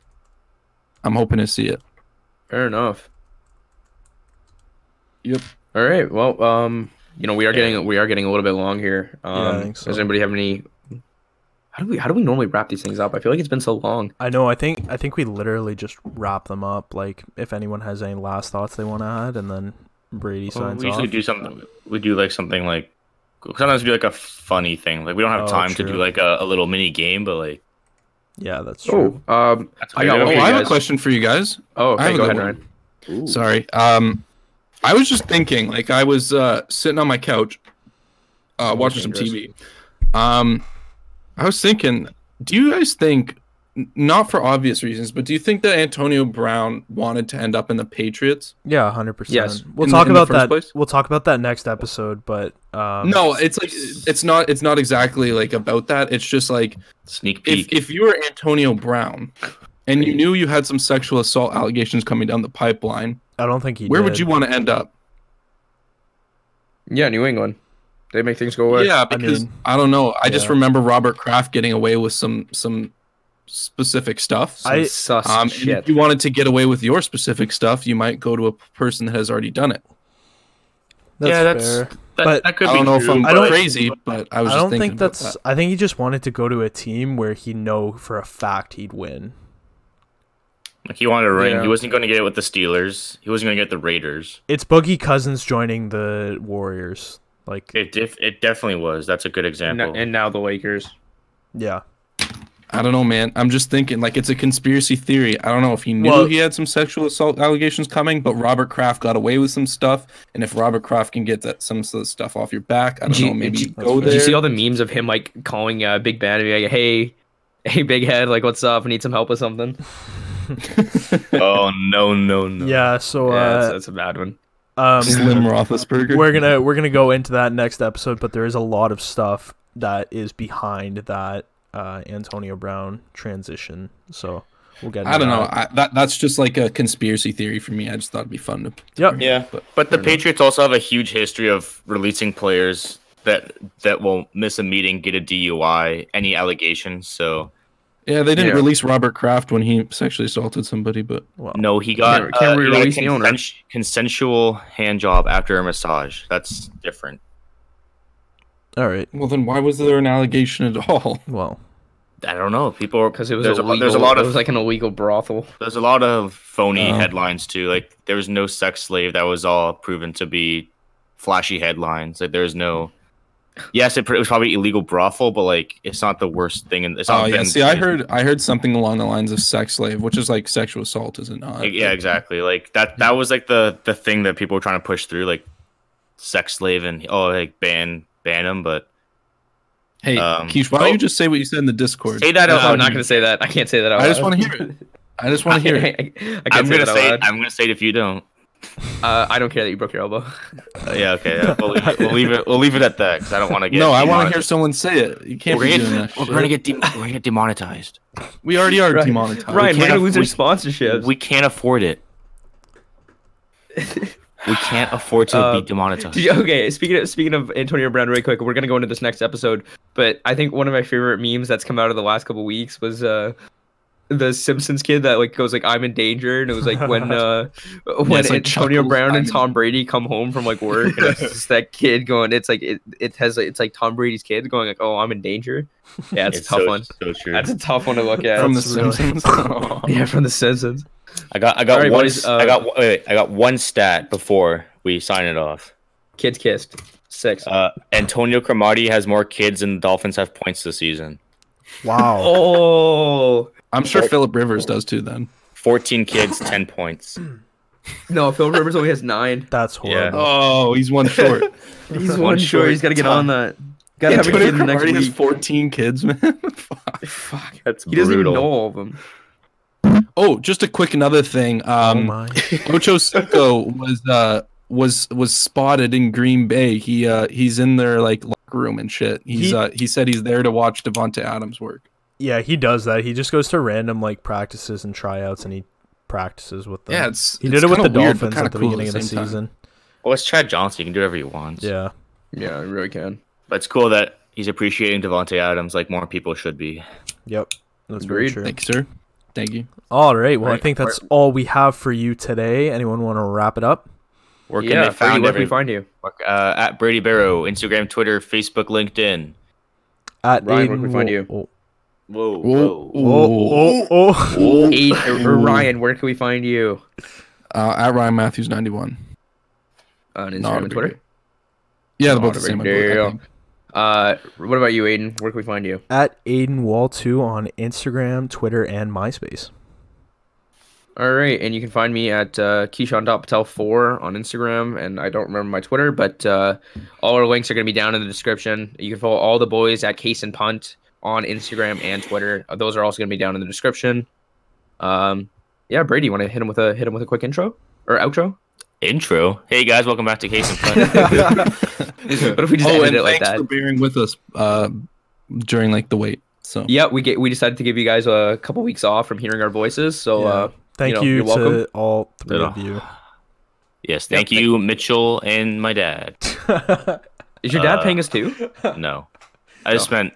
I'm hoping to see it.
Fair enough.
Yep.
All right. Well, um, you know, we are
Yeah.
getting we are getting a little bit long here. Um,
I think so.
Does anybody have any? How do we how do we normally wrap these things up? I feel like it's been so long.
I know. I think I think we literally just wrap them up. Like, if anyone has any last thoughts they want to add, and then Brady
Well,
signs
we usually
off.
do something. We do like something like sometimes we do like a funny thing. Like we don't have
Oh,
time
true.
to do like a, a little mini game, but like
yeah, that's true.
Oh, um,
that's
I got
okay,
one.
Oh,
Okay,
I have
guys.
a question for you guys.
oh,
I
okay,
have a
go
good
ahead,
one.
Ryan.
Sorry. Um, I was just thinking, like, I was uh, sitting on my couch, uh, watching some TV.
dangerous.
Um, I was thinking, do you guys think, n- not for obvious reasons, but do you think that Antonio Brown wanted to end up in the Patriots?
Yeah, hundred percent.
Yes.
We'll
In the-
talk
in the
about
first
that.
place?
We'll talk about that next episode. But um,
no, it's like it's not. It's not exactly like about that. It's just like
sneak
if
peek.
if you were Antonio Brown, and you knew you had some sexual assault allegations coming down the pipeline,
I don't think he.
where
did.
would you want to end up?
Yeah, New England. They make things go away.
Yeah, because I,
mean,
don't know. I just
yeah.
remember Robert Kraft getting away with some some specific stuff. So,
I-
Sus
um, and
shit.
if you wanted to get away with your specific stuff, you might go to a person that has already done it.
That's
yeah, that's
fair.
that,
but
that could
I
be
don't know if
true,
I'm
but, like,
crazy, but I was
I
just
don't
thinking
think
about
that's. I think he just wanted to go to a team where he know for a fact he'd win.
Like he wanted a ring.
Yeah.
He wasn't going to get it with the Steelers. He wasn't going to get the Raiders.
It's Boogie Cousins joining the Warriors. Like,
It def- it definitely was. That's a good
and,
example.
no- and now the Lakers.
yeah,
that. I don't know, man. I'm just thinking like it's a conspiracy theory. I don't know if he knew
Well-
he had some sexual assault allegations coming, but Robert Kraft got away with some stuff. And if Robert Kraft can get that some of the stuff off your back, I don't
Do you-
know. Maybe
do-
you go
Did
there.
you see all the memes of him like calling uh, Big Ben and be like, "Hey, hey, Big Head, like, what's up? I need some help with something."
oh no no no.
yeah. So,
yeah, that's,
uh,
that's a bad one.
um,
Slim Roethlisberger.
we're gonna we're gonna go into that next episode, but there is a lot of stuff that is behind that uh, Antonio Brown transition. So we'll get. Into
I don't know.
that.
I, that that's just like a conspiracy theory for me. I just thought it'd be fun to.
Yep.
Yeah,
But-
but, the Patriots also have a huge history of releasing players that that will miss a meeting, get a DUI, any allegation. So
Yeah, they didn't
Yeah.
release Robert Kraft when he sexually assaulted somebody, but
Well,
no, he got,
Can- can
uh,
we
he got a
release the owner?
consen- consensual hand job after a massage. That's different.
all right.
well, then why was there an allegation at all?
Well,
I don't know. People are
Because it was
there's a,
illegal,
lot- there's a lot
it
of
was like an illegal brothel.
there's a lot of phony
Oh.
headlines too. Like there was no sex slave. That was all proven to be flashy headlines. Like there's no. Yes, it, pr- it was probably illegal brothel, but like it's not the worst thing. And it's
Oh
not
yeah,
been-
see, I heard I heard something along the lines of sex slave, which is like sexual assault, is it not?
Like, e, yeah, exactly. Like that. That was like the the thing that people were trying to push through, like sex slave and oh, like ban ban him, but
Hey,
Um,
Keish, why don't
oh.
you just say what you said in the Discord?
Say that
No,
out loud.
I'm not gonna say uh, that. I can't say that. Out
I just
loud.
want to hear it. I just want to hear it.
I, I,
I'm
can't say
gonna
that out
say.
loud.
I'm gonna say it if you don't.
Uh, I don't care that you broke your elbow.
Uh, yeah. Okay. yeah, we'll, leave it, we'll leave it. We'll leave it at that because I don't want to get.
No, I want to
demonetized.
hear someone say it. You can't
We're
be
gonna,
doing
get,
that.
we're
Shit.
gonna get dem- we're gonna get demonetized.
we already are
Right.
demonetized.
Ryan, we're
can't
gonna lose
aff-
our
we-
sponsorships.
We can't afford it. we can't afford to
Uh,
be demonetized.
Did you- okay, speaking of, speaking of Antonio Brown, really quick, we're gonna go into this next episode. But I think one of my favorite memes that's come out of the last couple weeks was uh, the Simpsons kid that like goes like "I'm in danger," and it was like when uh, when
it's like
Antonio
Chuckles,
Brown
"I'm
and
in-
Tom Brady come home from like work, and it's just that kid going, it's like it, it has like, it's like Tom Brady's kid going like, "Oh, I'm in danger." Yeah, it's, a tough
so,
one.
So true.
That's a tough one to look at.
From the
That's really-
Simpsons.
yeah, from the Simpsons.
I got I got
All right,
one
boys,
s- I
uh,
got wait, wait, I got one stat before we sign it off.
Kids kissed six.
Uh, Antonio Cromartie has more kids than the Dolphins have points this season.
Wow.
oh.
I'm sure Philip Rivers does too. Then.
14 kids, 10 points.
No, Phil Rivers only has nine.
That's
Yeah.
horrible.
Oh, he's one short.
He's
one
one short.
short.
He's got to get on that. Got to
yeah,
have a
Twitter
kid in the next
Cromartie has
week.
14 kids, man. Fuck.
Fuck.
That's
He doesn't even
brutal.
know all of them.
oh, just a quick another thing. Um,
oh my.
Ocho Cinco was uh was was spotted in Green Bay. He uh he's in their like locker room and shit. He's
He-
uh he said he's there to watch Devonta Adams work.
Yeah, he does that. He just goes to random like practices and tryouts, and he practices with them.
Yeah, it's
he
it's
did it with the
kinda weird, but
Dolphins
kinda
at the
cool
beginning of the
same time.
season.
Well, it's Chad Johnson. He can do whatever he wants.
Yeah,
Yeah, I really can.
But it's cool that he's appreciating Devontae Adams like more people should be.
yep, that's
Agreed.
very true.
Thank you, sir. Thank you.
All right, well, I
Right.
think that's all we have for you today. Anyone want to wrap it up?
Where can
yeah,
they find
Brady, where can
every,
we find you?
uh, at Brady Barrow, Instagram, Twitter, Facebook, LinkedIn.
At
Ryan, where can we
Aiden
find
Wo-
you?
Oh,
Whoa,
Whoa.
whoa.
oh, oh.
Eight, or, or Ryan, where can we find you?
Uh, at Ryan Matthews ninety one.
On Instagram
Not a
and
big
Twitter.
Yeah, they're
Not
both
a
the same. I
big
believe, I
deal.
think.
Uh, what about you, Aiden? Where can we find you?
At Aiden Wall two on Instagram, Twitter, and MySpace.
All right, and you can find me at uh, Keyshawn.patel4 on Instagram, and I don't remember my Twitter, but uh, all our links are going to be down in the description. You can follow all the boys at Case and Punt on Instagram and Twitter. Uh, Those are also going to be down in the description. Um, yeah, Brady, want to hit him with a hit him with a quick intro or outro?
Intro. Hey guys, welcome back to Case and Fun.
what if we just
Oh,
ended
and
it like
thanks
that?
for bearing with us uh during like the wait. So
Yeah, we get we decided to give you guys a couple weeks off from hearing our voices, so
Yeah.
uh,
Thank
know,
you,
you're
to
welcome.
all three
Yeah.
of you.
yes, thank you, Mitchell and my dad.
is your dad
Uh,
paying us too?
No, I just meant.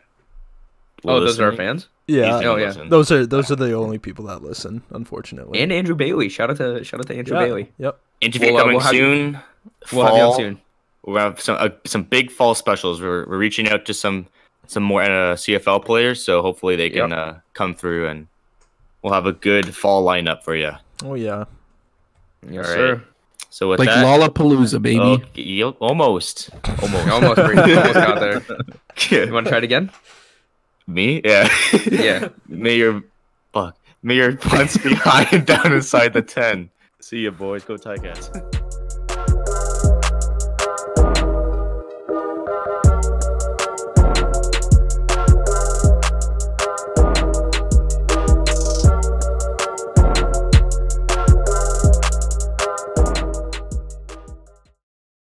Oh, those are our
listening.
fans
yeah,
He's gonna
Oh, yeah.
listen.
those are those are the only people that listen, unfortunately.
and Andrew Bailey. Shout out to shout out to Andrew
Yeah,
Bailey.
Yep.
Interview
We'll, uh,
coming
we'll have you-
soon.
We'll have you on
Fall.
soon.
we have some uh, some big fall specials. We're, we're reaching out to some some more uh, CFL players, so hopefully they can uh, come through and we'll have a good fall lineup for you.
Oh yeah.
Yes,
All right.
sir.
So with
like
that,
Lollapalooza, baby.
oh, you- almost,
You
almost
almost, Brady, you almost got there. You want to try it again?
me, yeah,
Yeah.
May your fuck, may your punts be high and down inside the ten. See you, boys. Go Tigers.